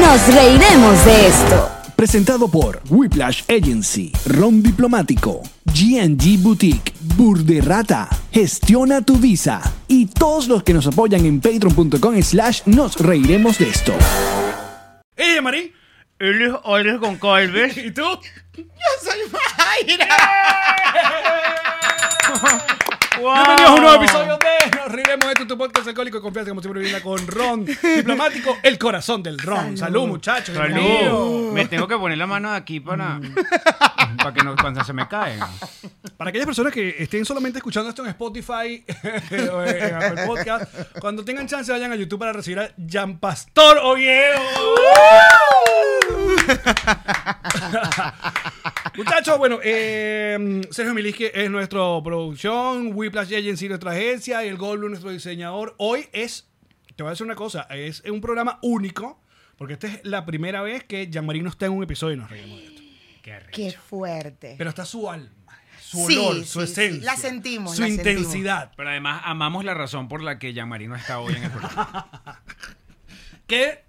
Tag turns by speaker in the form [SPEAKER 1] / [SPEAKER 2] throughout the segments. [SPEAKER 1] Nos reiremos de esto.
[SPEAKER 2] Presentado por Whiplash Agency, Ron Diplomático, GNG Boutique, Burderrata, Gestiona tu Visa y todos los que nos apoyan en patreon.com slash nos reiremos de esto.
[SPEAKER 3] ¡Ella, Marí!
[SPEAKER 4] Luis Olves Goncalves.
[SPEAKER 3] ¿Y tú?
[SPEAKER 4] ¡Wow!
[SPEAKER 3] Bienvenidos a un nuevo episodio de Nos Riremos de Esto, tu podcast alcohólico de confianza, como siempre, brinda con Ron Diplomático, el corazón del Ron. Salud, muchachos. bienvenidos.
[SPEAKER 4] Salud. Me tengo que poner la mano aquí para,
[SPEAKER 5] Mm.
[SPEAKER 4] para que no cuando se me caiga.
[SPEAKER 3] Para aquellas personas que estén solamente escuchando esto en Spotify o en Apple Podcast, cuando tengan chance vayan a YouTube para recibir a Jean Pastor Oviedo. Muchachos, bueno, eh, Sergio Milisque es nuestro producción, Whiplash Agency nuestra agencia y el Goldblum nuestro diseñador. Hoy es, te voy a decir una cosa, es un programa único porque esta es la primera vez que Jean Marino está en un episodio y nos reímos de esto.
[SPEAKER 5] Qué fuerte.
[SPEAKER 3] Pero está su alma, su
[SPEAKER 5] Sí,
[SPEAKER 3] olor, su
[SPEAKER 5] sí, sí.
[SPEAKER 3] esencia.
[SPEAKER 5] La sentimos,
[SPEAKER 3] Su
[SPEAKER 5] la sentimos.
[SPEAKER 3] intensidad.
[SPEAKER 4] Pero además amamos la razón por la que Yamari no está hoy en el programa.
[SPEAKER 3] Que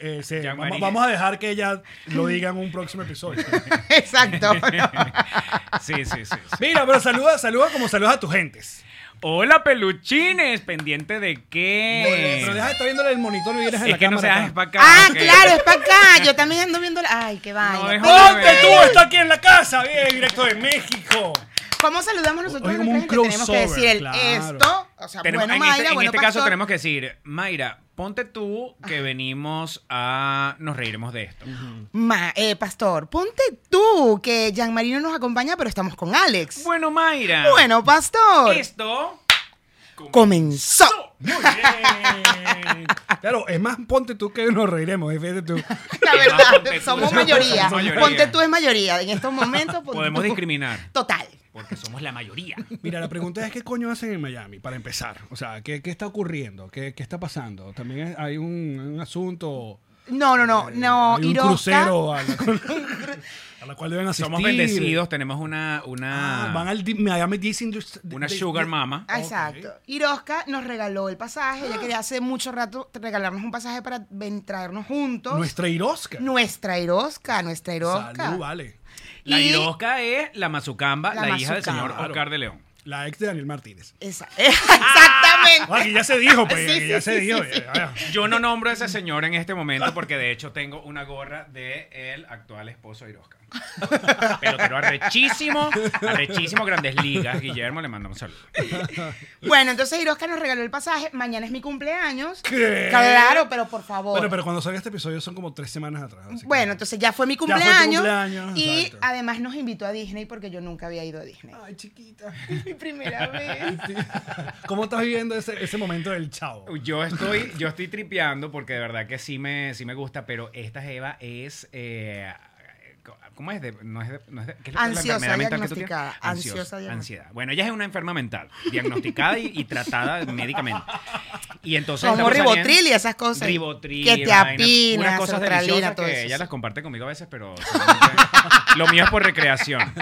[SPEAKER 3] eh, se-
[SPEAKER 4] Jean
[SPEAKER 3] vamos,
[SPEAKER 4] Marie.
[SPEAKER 3] vamos a dejar que ella lo diga en un próximo episodio.
[SPEAKER 5] Exacto.
[SPEAKER 4] Sí, sí, sí. sí.
[SPEAKER 3] Mira, pero saluda, saluda como saludas a tus gentes.
[SPEAKER 4] Hola, peluchines. ¿Pendiente de
[SPEAKER 5] Eh.
[SPEAKER 4] qué?
[SPEAKER 3] Pero deja de estar viéndole el monitor y vienes a la
[SPEAKER 4] es que no
[SPEAKER 3] cámara
[SPEAKER 4] seas
[SPEAKER 3] acá.
[SPEAKER 4] para acá.
[SPEAKER 5] ah,
[SPEAKER 4] ok.
[SPEAKER 5] claro, es para acá. Yo también ando viendo la... Ay, qué vaina.
[SPEAKER 4] es-
[SPEAKER 3] ¡Ponte tú! Está aquí en la casa. Bien, directo de México.
[SPEAKER 5] ¿Cómo saludamos nosotros
[SPEAKER 3] Oye,
[SPEAKER 5] a
[SPEAKER 3] como
[SPEAKER 5] nuestra
[SPEAKER 3] un
[SPEAKER 5] gente? Tenemos que
[SPEAKER 3] crossover,
[SPEAKER 5] decir el
[SPEAKER 3] claro.
[SPEAKER 5] esto. O sea,
[SPEAKER 4] Tenemos-
[SPEAKER 5] bueno,
[SPEAKER 4] en
[SPEAKER 5] Mayra,
[SPEAKER 4] este, en
[SPEAKER 5] bueno,
[SPEAKER 4] este
[SPEAKER 5] Pastor.
[SPEAKER 4] caso tenemos que decir, Mayra, ponte tú que venimos a... Nos reiremos de esto.
[SPEAKER 5] Ma- eh, Pastor, ponte tú que Jean Marino nos acompaña, pero estamos con Alex.
[SPEAKER 4] Bueno,
[SPEAKER 5] Bueno,
[SPEAKER 4] Mayra.
[SPEAKER 5] Pastor.
[SPEAKER 4] Esto...
[SPEAKER 5] Comenzó.
[SPEAKER 3] Muy bien. Claro, es más, ponte tú que nos reiremos. Fíjate tú.
[SPEAKER 5] La
[SPEAKER 4] Ponte
[SPEAKER 5] verdad,
[SPEAKER 4] tú.
[SPEAKER 5] somos mayoría.
[SPEAKER 4] Somos mayoría.
[SPEAKER 5] Ponte tú es mayoría. En estos momentos... ponte
[SPEAKER 4] Podemos
[SPEAKER 5] tú.
[SPEAKER 4] discriminar.
[SPEAKER 5] Total.
[SPEAKER 4] Porque somos la mayoría.
[SPEAKER 3] Mira, la pregunta es: ¿qué coño hacen en Miami? Para empezar. O sea, ¿qué, qué está ocurriendo? ¿Qué, qué está pasando? También hay un, un asunto.
[SPEAKER 5] No, no, no, no.
[SPEAKER 3] hay un
[SPEAKER 5] Iroca.
[SPEAKER 3] crucero a la, cual, a la cual deben asistir.
[SPEAKER 4] Somos bendecidos, tenemos una... una
[SPEAKER 3] Ah, van al di- Miami D's Indus-
[SPEAKER 4] una
[SPEAKER 3] de-
[SPEAKER 4] sugar
[SPEAKER 3] de-
[SPEAKER 4] mama.
[SPEAKER 5] Ah, Exacto. Y Rosca nos regaló el pasaje. Ella quería hace mucho rato regalarnos un pasaje para ven- traernos juntos.
[SPEAKER 3] Nuestra Irosca.
[SPEAKER 5] Nuestra Irosca, nuestra Irosca.
[SPEAKER 3] Salud, vale.
[SPEAKER 4] La
[SPEAKER 5] Y-
[SPEAKER 4] Irosca es la mazucamba, la,
[SPEAKER 5] La
[SPEAKER 4] hija del
[SPEAKER 5] mazucamba.
[SPEAKER 4] señor Oscar de León.
[SPEAKER 3] La ex de Daniel Martínez.
[SPEAKER 5] Esa- Exactamente.
[SPEAKER 3] Ah, que ya se dijo, pues.
[SPEAKER 5] Sí,
[SPEAKER 3] que ya
[SPEAKER 5] sí,
[SPEAKER 3] se
[SPEAKER 5] sí,
[SPEAKER 3] dijo.
[SPEAKER 5] sí, sí.
[SPEAKER 3] ya, ya.
[SPEAKER 4] Yo no nombro a ese señor en este momento porque de hecho tengo una gorra de el actual esposo de Irosca. Pero, pero arrechísimo, arrechísimo, grandes ligas. Guillermo, le mandamos saludo.
[SPEAKER 5] Bueno, entonces Irosca nos regaló el pasaje. Mañana es mi cumpleaños.
[SPEAKER 3] ¿Qué?
[SPEAKER 5] Claro, pero por favor.
[SPEAKER 3] Bueno, pero cuando salga este episodio son como tres semanas atrás. así que-
[SPEAKER 5] Bueno, entonces ya fue mi
[SPEAKER 3] fue tu
[SPEAKER 5] cumpleaños.
[SPEAKER 3] cumpleaños,
[SPEAKER 5] y
[SPEAKER 3] exacto.
[SPEAKER 5] además nos invitó a Disney porque yo nunca había ido a Disney.
[SPEAKER 3] Ay, chiquita.
[SPEAKER 5] Mi primera vez.
[SPEAKER 3] ¿Cómo estás viviendo ese, ese momento del chao?
[SPEAKER 4] Yo estoy, yo estoy tripeando porque de verdad que sí me, sí me gusta, pero esta Jeva es. eh, ¿Cómo es? De- no es de- no es de- ¿qué es lo- la
[SPEAKER 5] Ansiosa,
[SPEAKER 4] enfermedad mental que tú tienes?
[SPEAKER 5] diagnosticada, ansiosa, diagnosticada.
[SPEAKER 4] ansiedad. Bueno, ella es una enferma mental, diagnosticada y, y tratada médicamente. Y entonces.
[SPEAKER 5] Como
[SPEAKER 4] estamos saliendo-
[SPEAKER 5] ribotril y esas cosas.
[SPEAKER 4] Ribotril.
[SPEAKER 5] Que te
[SPEAKER 4] vaina,
[SPEAKER 5] apinas,
[SPEAKER 4] Unas cosas
[SPEAKER 5] sertralina,
[SPEAKER 4] deliciosas
[SPEAKER 5] todo
[SPEAKER 4] que
[SPEAKER 5] eso,
[SPEAKER 4] ella
[SPEAKER 5] sí.
[SPEAKER 4] las comparte conmigo a veces, pero. solamente- lo mío es por recreación.
[SPEAKER 3] Eh,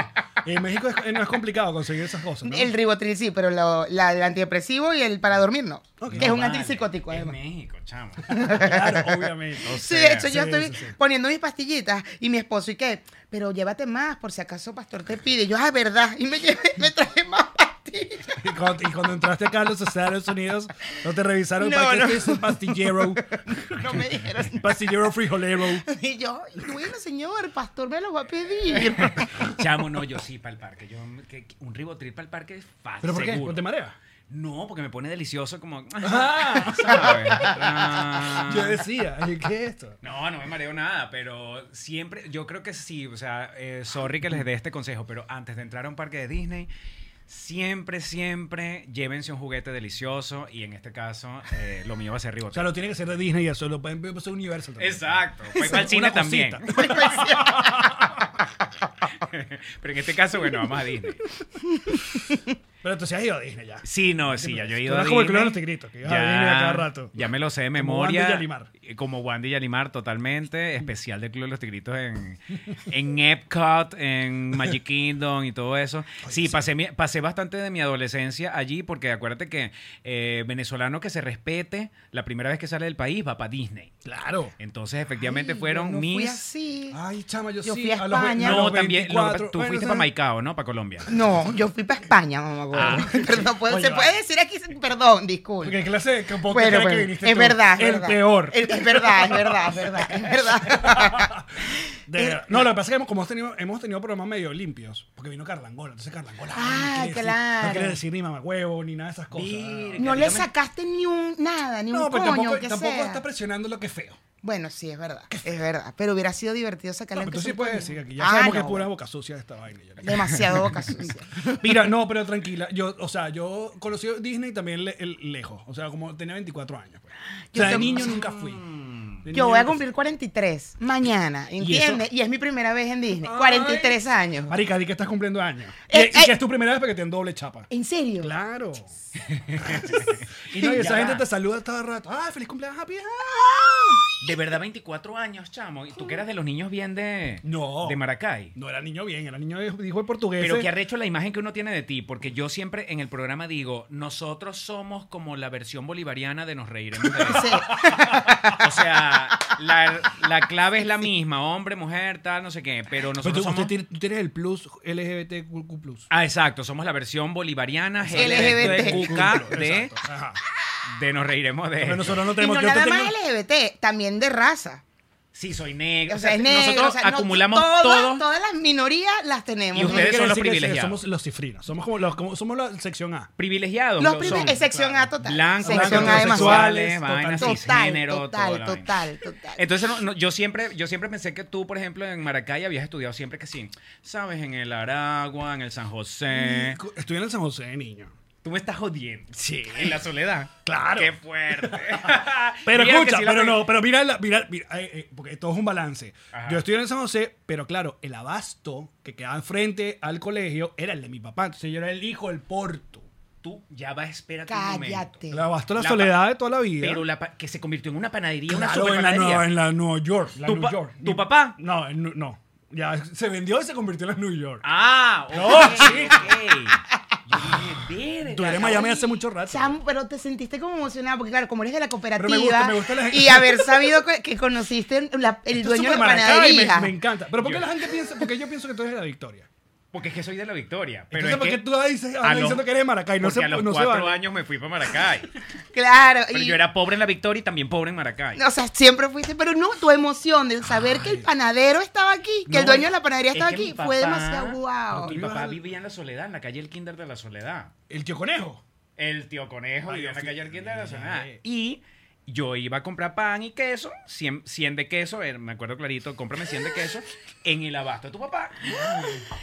[SPEAKER 3] En México es- no es complicado conseguir esas cosas, ¿no?
[SPEAKER 5] El ribotril sí, pero lo- la, el antidepresivo y el para dormir no. Que es
[SPEAKER 4] No
[SPEAKER 5] un
[SPEAKER 4] vale.
[SPEAKER 5] antipsicótico
[SPEAKER 4] Es
[SPEAKER 5] además.
[SPEAKER 4] México, chamo.
[SPEAKER 3] Claro, obviamente.
[SPEAKER 4] O
[SPEAKER 5] Sí,
[SPEAKER 4] sea,
[SPEAKER 5] de hecho yo
[SPEAKER 3] sí,
[SPEAKER 5] estoy
[SPEAKER 3] sí, sí.
[SPEAKER 5] poniendo mis pastillitas y mi esposo, ¿y qué? Pero llévate más, por si acaso pastor te pide. Yo, ah, verdad, y me, llevé, me traje más pastillas. pastilla.
[SPEAKER 3] Y cuando, y cuando entraste acá a los Estados Unidos, no te revisaron
[SPEAKER 5] No,
[SPEAKER 3] para que
[SPEAKER 5] no.
[SPEAKER 3] estés un pastillero,
[SPEAKER 5] No me dijeron.
[SPEAKER 3] pastillero frijolero.
[SPEAKER 5] Y yo, bueno, señor, el pastor me lo va a pedir.
[SPEAKER 4] Chamo, no, yo sí para el parque. Yo, que- que un ribotril para el parque es fácil.
[SPEAKER 3] ¿Pero por qué?
[SPEAKER 4] seguro.
[SPEAKER 3] ¿No te marea?
[SPEAKER 4] No, porque me pone delicioso como. ¿sabes? Ah.
[SPEAKER 3] Yo decía, ay, ¿qué es esto?
[SPEAKER 4] No, no me mareo nada, pero siempre, yo creo que sí, o sea, eh, sorry que les dé este consejo, pero antes de entrar a un parque de Disney, siempre, siempre llévense un juguete delicioso y en este caso eh, lo mío va a ser
[SPEAKER 3] O sea,
[SPEAKER 4] Ribotril.
[SPEAKER 3] lo tiene que ser de Disney y eso, lo pueden puede ser Universal también.
[SPEAKER 4] Exacto, fue para
[SPEAKER 3] Una
[SPEAKER 4] el cine también.
[SPEAKER 3] cosita.
[SPEAKER 4] Pero en este caso, bueno, vamos a Disney.
[SPEAKER 3] Pero tú sí has ido a Disney ya.
[SPEAKER 4] Sí, no, sí, ya yo he ido
[SPEAKER 3] Tú
[SPEAKER 4] a
[SPEAKER 3] eras como
[SPEAKER 4] Disney.
[SPEAKER 3] el club de los tigritos, que ibas a Disney a cada rato.
[SPEAKER 4] Ya me lo sé de
[SPEAKER 3] Como Wandy
[SPEAKER 4] memoria.
[SPEAKER 3] y Yalimar.
[SPEAKER 4] Eh, Como Wandy y Yalimar, totalmente. Especial del Club de los Tigritos en, en Epcot, en Magic Kingdom y todo eso. Sí, pasé, mi- pasé bastante de mi adolescencia allí porque acuérdate que eh, venezolano que se respete, la primera vez que sale del país va para Disney.
[SPEAKER 3] Claro.
[SPEAKER 4] Entonces, efectivamente,
[SPEAKER 5] Ay,
[SPEAKER 4] fueron
[SPEAKER 5] yo no
[SPEAKER 4] mis...
[SPEAKER 5] Fui así.
[SPEAKER 3] Ay, chama, yo,
[SPEAKER 5] Yo
[SPEAKER 3] sí.
[SPEAKER 5] fui a
[SPEAKER 3] los ve-
[SPEAKER 5] España.
[SPEAKER 3] a
[SPEAKER 4] No,
[SPEAKER 3] los
[SPEAKER 4] también. lo-
[SPEAKER 3] 24,
[SPEAKER 4] tú
[SPEAKER 3] bueno,
[SPEAKER 4] fuiste
[SPEAKER 3] o sea,
[SPEAKER 4] para Maicao, ¿no? Para Colombia.
[SPEAKER 5] No, yo fui para España, mamá. huevo.
[SPEAKER 3] Ah.
[SPEAKER 5] Pero no puedo- se puede decir aquí, perdón,
[SPEAKER 3] Porque
[SPEAKER 5] disculpe.
[SPEAKER 3] en clase de campo
[SPEAKER 5] Bueno,
[SPEAKER 3] era que
[SPEAKER 5] bueno,
[SPEAKER 3] viniste
[SPEAKER 5] es
[SPEAKER 3] tú.
[SPEAKER 5] verdad, es
[SPEAKER 3] El
[SPEAKER 5] verdad. Eh,
[SPEAKER 3] peor.
[SPEAKER 5] El- es verdad, es verdad, es verdad, es verdad.
[SPEAKER 3] De
[SPEAKER 5] eh,
[SPEAKER 3] verdad. no, lo que pasa es que hemos- como hemos tenido, hemos tenido programas medio limpios, porque vino Carlangola, entonces Carlangola.
[SPEAKER 5] Ah,
[SPEAKER 3] no quiere decir-
[SPEAKER 5] claro.
[SPEAKER 3] no quiere decir ni mamagüevo, ni nada de esas cosas.
[SPEAKER 4] Virga.
[SPEAKER 5] No le sacaste ni un nada, ni
[SPEAKER 3] No,
[SPEAKER 5] un
[SPEAKER 3] pero
[SPEAKER 5] coño,
[SPEAKER 3] tampoco,
[SPEAKER 5] aunque
[SPEAKER 3] tampoco
[SPEAKER 5] sea.
[SPEAKER 3] está presionando lo que es feo.
[SPEAKER 5] Bueno, sí, es verdad, es verdad. Pero hubiera sido divertido
[SPEAKER 3] No,
[SPEAKER 5] sacarle aunque
[SPEAKER 3] pero tú sí
[SPEAKER 5] sea un
[SPEAKER 3] puedes
[SPEAKER 5] coño.
[SPEAKER 3] decir aquí. Ya
[SPEAKER 5] Ah,
[SPEAKER 3] sabemos que
[SPEAKER 5] no,
[SPEAKER 3] es pura boca sucia esta vaina. ya.
[SPEAKER 5] Demasiado boca sucia.
[SPEAKER 3] Mira, no, pero tranquila. Yo, o sea, yo conocí a Disney también le- el- lejos. O sea, como tenía 24 años. pues. O
[SPEAKER 5] Yo
[SPEAKER 3] sea, de
[SPEAKER 5] tam-
[SPEAKER 3] niño nunca fui. De niño
[SPEAKER 5] Yo voy a
[SPEAKER 3] nunca
[SPEAKER 5] cumplir 43 mañana, ¿entiendes? Y, es mi primera vez en Disney.
[SPEAKER 3] Ay.
[SPEAKER 5] 43
[SPEAKER 3] fui.
[SPEAKER 5] años.
[SPEAKER 3] Marica, di que estás cumpliendo años.
[SPEAKER 5] Eh,
[SPEAKER 3] y, y que
[SPEAKER 5] eh.
[SPEAKER 3] es tu primera vez porque te en doble chapa.
[SPEAKER 5] ¿En serio?
[SPEAKER 3] Claro. y no, y esa gente te saluda todo el rato. ¡Ah, feliz cumpleaños, happy! ah".
[SPEAKER 4] De verdad, 24 años, chamo. ¿Y tú que eras de los niños bien de,
[SPEAKER 3] No.
[SPEAKER 4] de Maracay?
[SPEAKER 3] No era niño bien, era niño de- dijo el portugués.
[SPEAKER 4] Pero que arrecho la imagen que uno tiene de ti, porque yo siempre en el programa digo, nosotros somos como la versión bolivariana de nos reiremos. de la-
[SPEAKER 5] Sí.
[SPEAKER 4] o sea, la, la clave es la misma, hombre, mujer, tal, no sé qué, pero
[SPEAKER 3] Pero tú,
[SPEAKER 4] nosotros
[SPEAKER 3] usted
[SPEAKER 4] somos...
[SPEAKER 3] tiene- tú tienes el plus LGBTQ+. plus.
[SPEAKER 4] Ah, exacto, somos la versión bolivariana
[SPEAKER 5] LGBT.
[SPEAKER 4] LGBTQK de,
[SPEAKER 3] Exacto, ajá.
[SPEAKER 4] de nos reiremos de...
[SPEAKER 3] Pero
[SPEAKER 4] esto.
[SPEAKER 3] nosotros no
[SPEAKER 5] Y
[SPEAKER 3] tenemos...
[SPEAKER 5] no
[SPEAKER 3] yo
[SPEAKER 5] nada
[SPEAKER 3] tengo-
[SPEAKER 5] más LGBT, también de raza.
[SPEAKER 4] Sí, soy negro.
[SPEAKER 5] O sea, es negro.
[SPEAKER 4] nosotros
[SPEAKER 5] o sea, no-
[SPEAKER 4] acumulamos
[SPEAKER 5] todas-
[SPEAKER 4] todo.
[SPEAKER 5] Todas las minorías las tenemos.
[SPEAKER 4] Y
[SPEAKER 3] Yo
[SPEAKER 4] ustedes
[SPEAKER 3] quiero
[SPEAKER 4] son los
[SPEAKER 3] decir que
[SPEAKER 4] privilegiados.
[SPEAKER 3] Somos los cifrinos. Somos como, los, como- somos la sección A.
[SPEAKER 4] privilegiados.
[SPEAKER 5] Los
[SPEAKER 4] lo
[SPEAKER 5] primer-
[SPEAKER 4] son.
[SPEAKER 5] es sección A Ah, total.
[SPEAKER 4] blancos,
[SPEAKER 5] sección A demasiado.
[SPEAKER 3] homosexuales,
[SPEAKER 4] homosexuales, vainas
[SPEAKER 5] Total,
[SPEAKER 4] cisgénero,
[SPEAKER 5] total,
[SPEAKER 4] toda la vaina.
[SPEAKER 5] total, total.
[SPEAKER 4] Entonces, no, no, yo siempre, yo siempre pensé que tú, por ejemplo, en Maracay habías estudiado siempre que sí, sabes, en el Aragua, en el San José.
[SPEAKER 3] Estudié en el San José de niño.
[SPEAKER 4] Tú me estás jodiendo. Sí. En la soledad.
[SPEAKER 3] Claro.
[SPEAKER 4] Qué fuerte. Mira
[SPEAKER 3] Pero
[SPEAKER 4] que
[SPEAKER 3] escucha,
[SPEAKER 4] sí la
[SPEAKER 3] pero
[SPEAKER 4] pegué.
[SPEAKER 3] no, pero mira, la- mira, mira, eh, eh, porque todo es un balance.
[SPEAKER 4] Ajá.
[SPEAKER 3] Yo estudié en el San José, pero claro, el abasto que quedaba frente al colegio era el de mi papá. Entonces yo era el hijo del porto.
[SPEAKER 4] Tú ya vas a esperar tu momento.
[SPEAKER 5] Cállate.
[SPEAKER 3] El abasto, la,
[SPEAKER 4] La pa-
[SPEAKER 3] soledad de toda la vida.
[SPEAKER 4] Pero la pa- que se convirtió en una panadería, una
[SPEAKER 3] claro, en la,
[SPEAKER 4] superpanadería.
[SPEAKER 3] Nueva- en la Nueva York. la
[SPEAKER 4] ¿Tu
[SPEAKER 3] New
[SPEAKER 4] pa-
[SPEAKER 3] York.
[SPEAKER 4] tu
[SPEAKER 3] Mi-
[SPEAKER 4] papá?
[SPEAKER 3] No, en Nu- no. Ya se vendió y se convirtió en la New York.
[SPEAKER 4] Ah,
[SPEAKER 3] No,
[SPEAKER 4] ok,
[SPEAKER 3] chico.
[SPEAKER 4] ok. Yo dije,
[SPEAKER 3] Tú
[SPEAKER 4] verga,
[SPEAKER 3] eres Miami hace mucho rato.
[SPEAKER 5] Sam, pero te sentiste como emocionada porque claro, como eres de la cooperativa
[SPEAKER 3] Pero me gusta, me gusta la-
[SPEAKER 5] y haber sabido que, que conociste la- el
[SPEAKER 3] Esto es
[SPEAKER 5] dueño de la
[SPEAKER 3] súper Maracay, me-
[SPEAKER 5] panadería.
[SPEAKER 3] Me, encanta. Pero ¿por qué
[SPEAKER 4] Yo-
[SPEAKER 3] la gente piensa? Porque yo pienso que tú eres de la victoria.
[SPEAKER 4] Porque es que soy de la Victoria. Pero
[SPEAKER 3] Entonces,
[SPEAKER 4] es
[SPEAKER 3] ¿por
[SPEAKER 4] que
[SPEAKER 3] qué tú dices, andas
[SPEAKER 4] a los-
[SPEAKER 3] diciendo que eres de Maracay? No
[SPEAKER 4] porque
[SPEAKER 3] se,
[SPEAKER 4] a los
[SPEAKER 3] no se
[SPEAKER 4] cuatro
[SPEAKER 3] vale.
[SPEAKER 4] años me fui para Maracay.
[SPEAKER 5] Claro.
[SPEAKER 4] Pero
[SPEAKER 5] y-
[SPEAKER 4] yo era pobre en la Victoria y también pobre en Maracay.
[SPEAKER 5] O sea, siempre fuiste, pero no, tu emoción del saber que el panadero estaba aquí, que el
[SPEAKER 4] No,
[SPEAKER 5] dueño de la panadería
[SPEAKER 4] es
[SPEAKER 5] estaba
[SPEAKER 4] que mi
[SPEAKER 5] aquí,
[SPEAKER 4] papá-
[SPEAKER 5] fue demasiado
[SPEAKER 4] Mi
[SPEAKER 5] guau.
[SPEAKER 4] papá vivía en la soledad, en la calle El Kinder de la Soledad.
[SPEAKER 3] El tío conejo.
[SPEAKER 4] El tío Conejo
[SPEAKER 3] Ay,
[SPEAKER 4] vivía en la
[SPEAKER 3] sí.
[SPEAKER 4] calle El Kinder de la Soledad.
[SPEAKER 3] Ay.
[SPEAKER 4] Y yo iba a comprar pan y queso, 100, 100 de queso, eh, me acuerdo clarito, cómprame 100 de queso en el abasto de tu papá.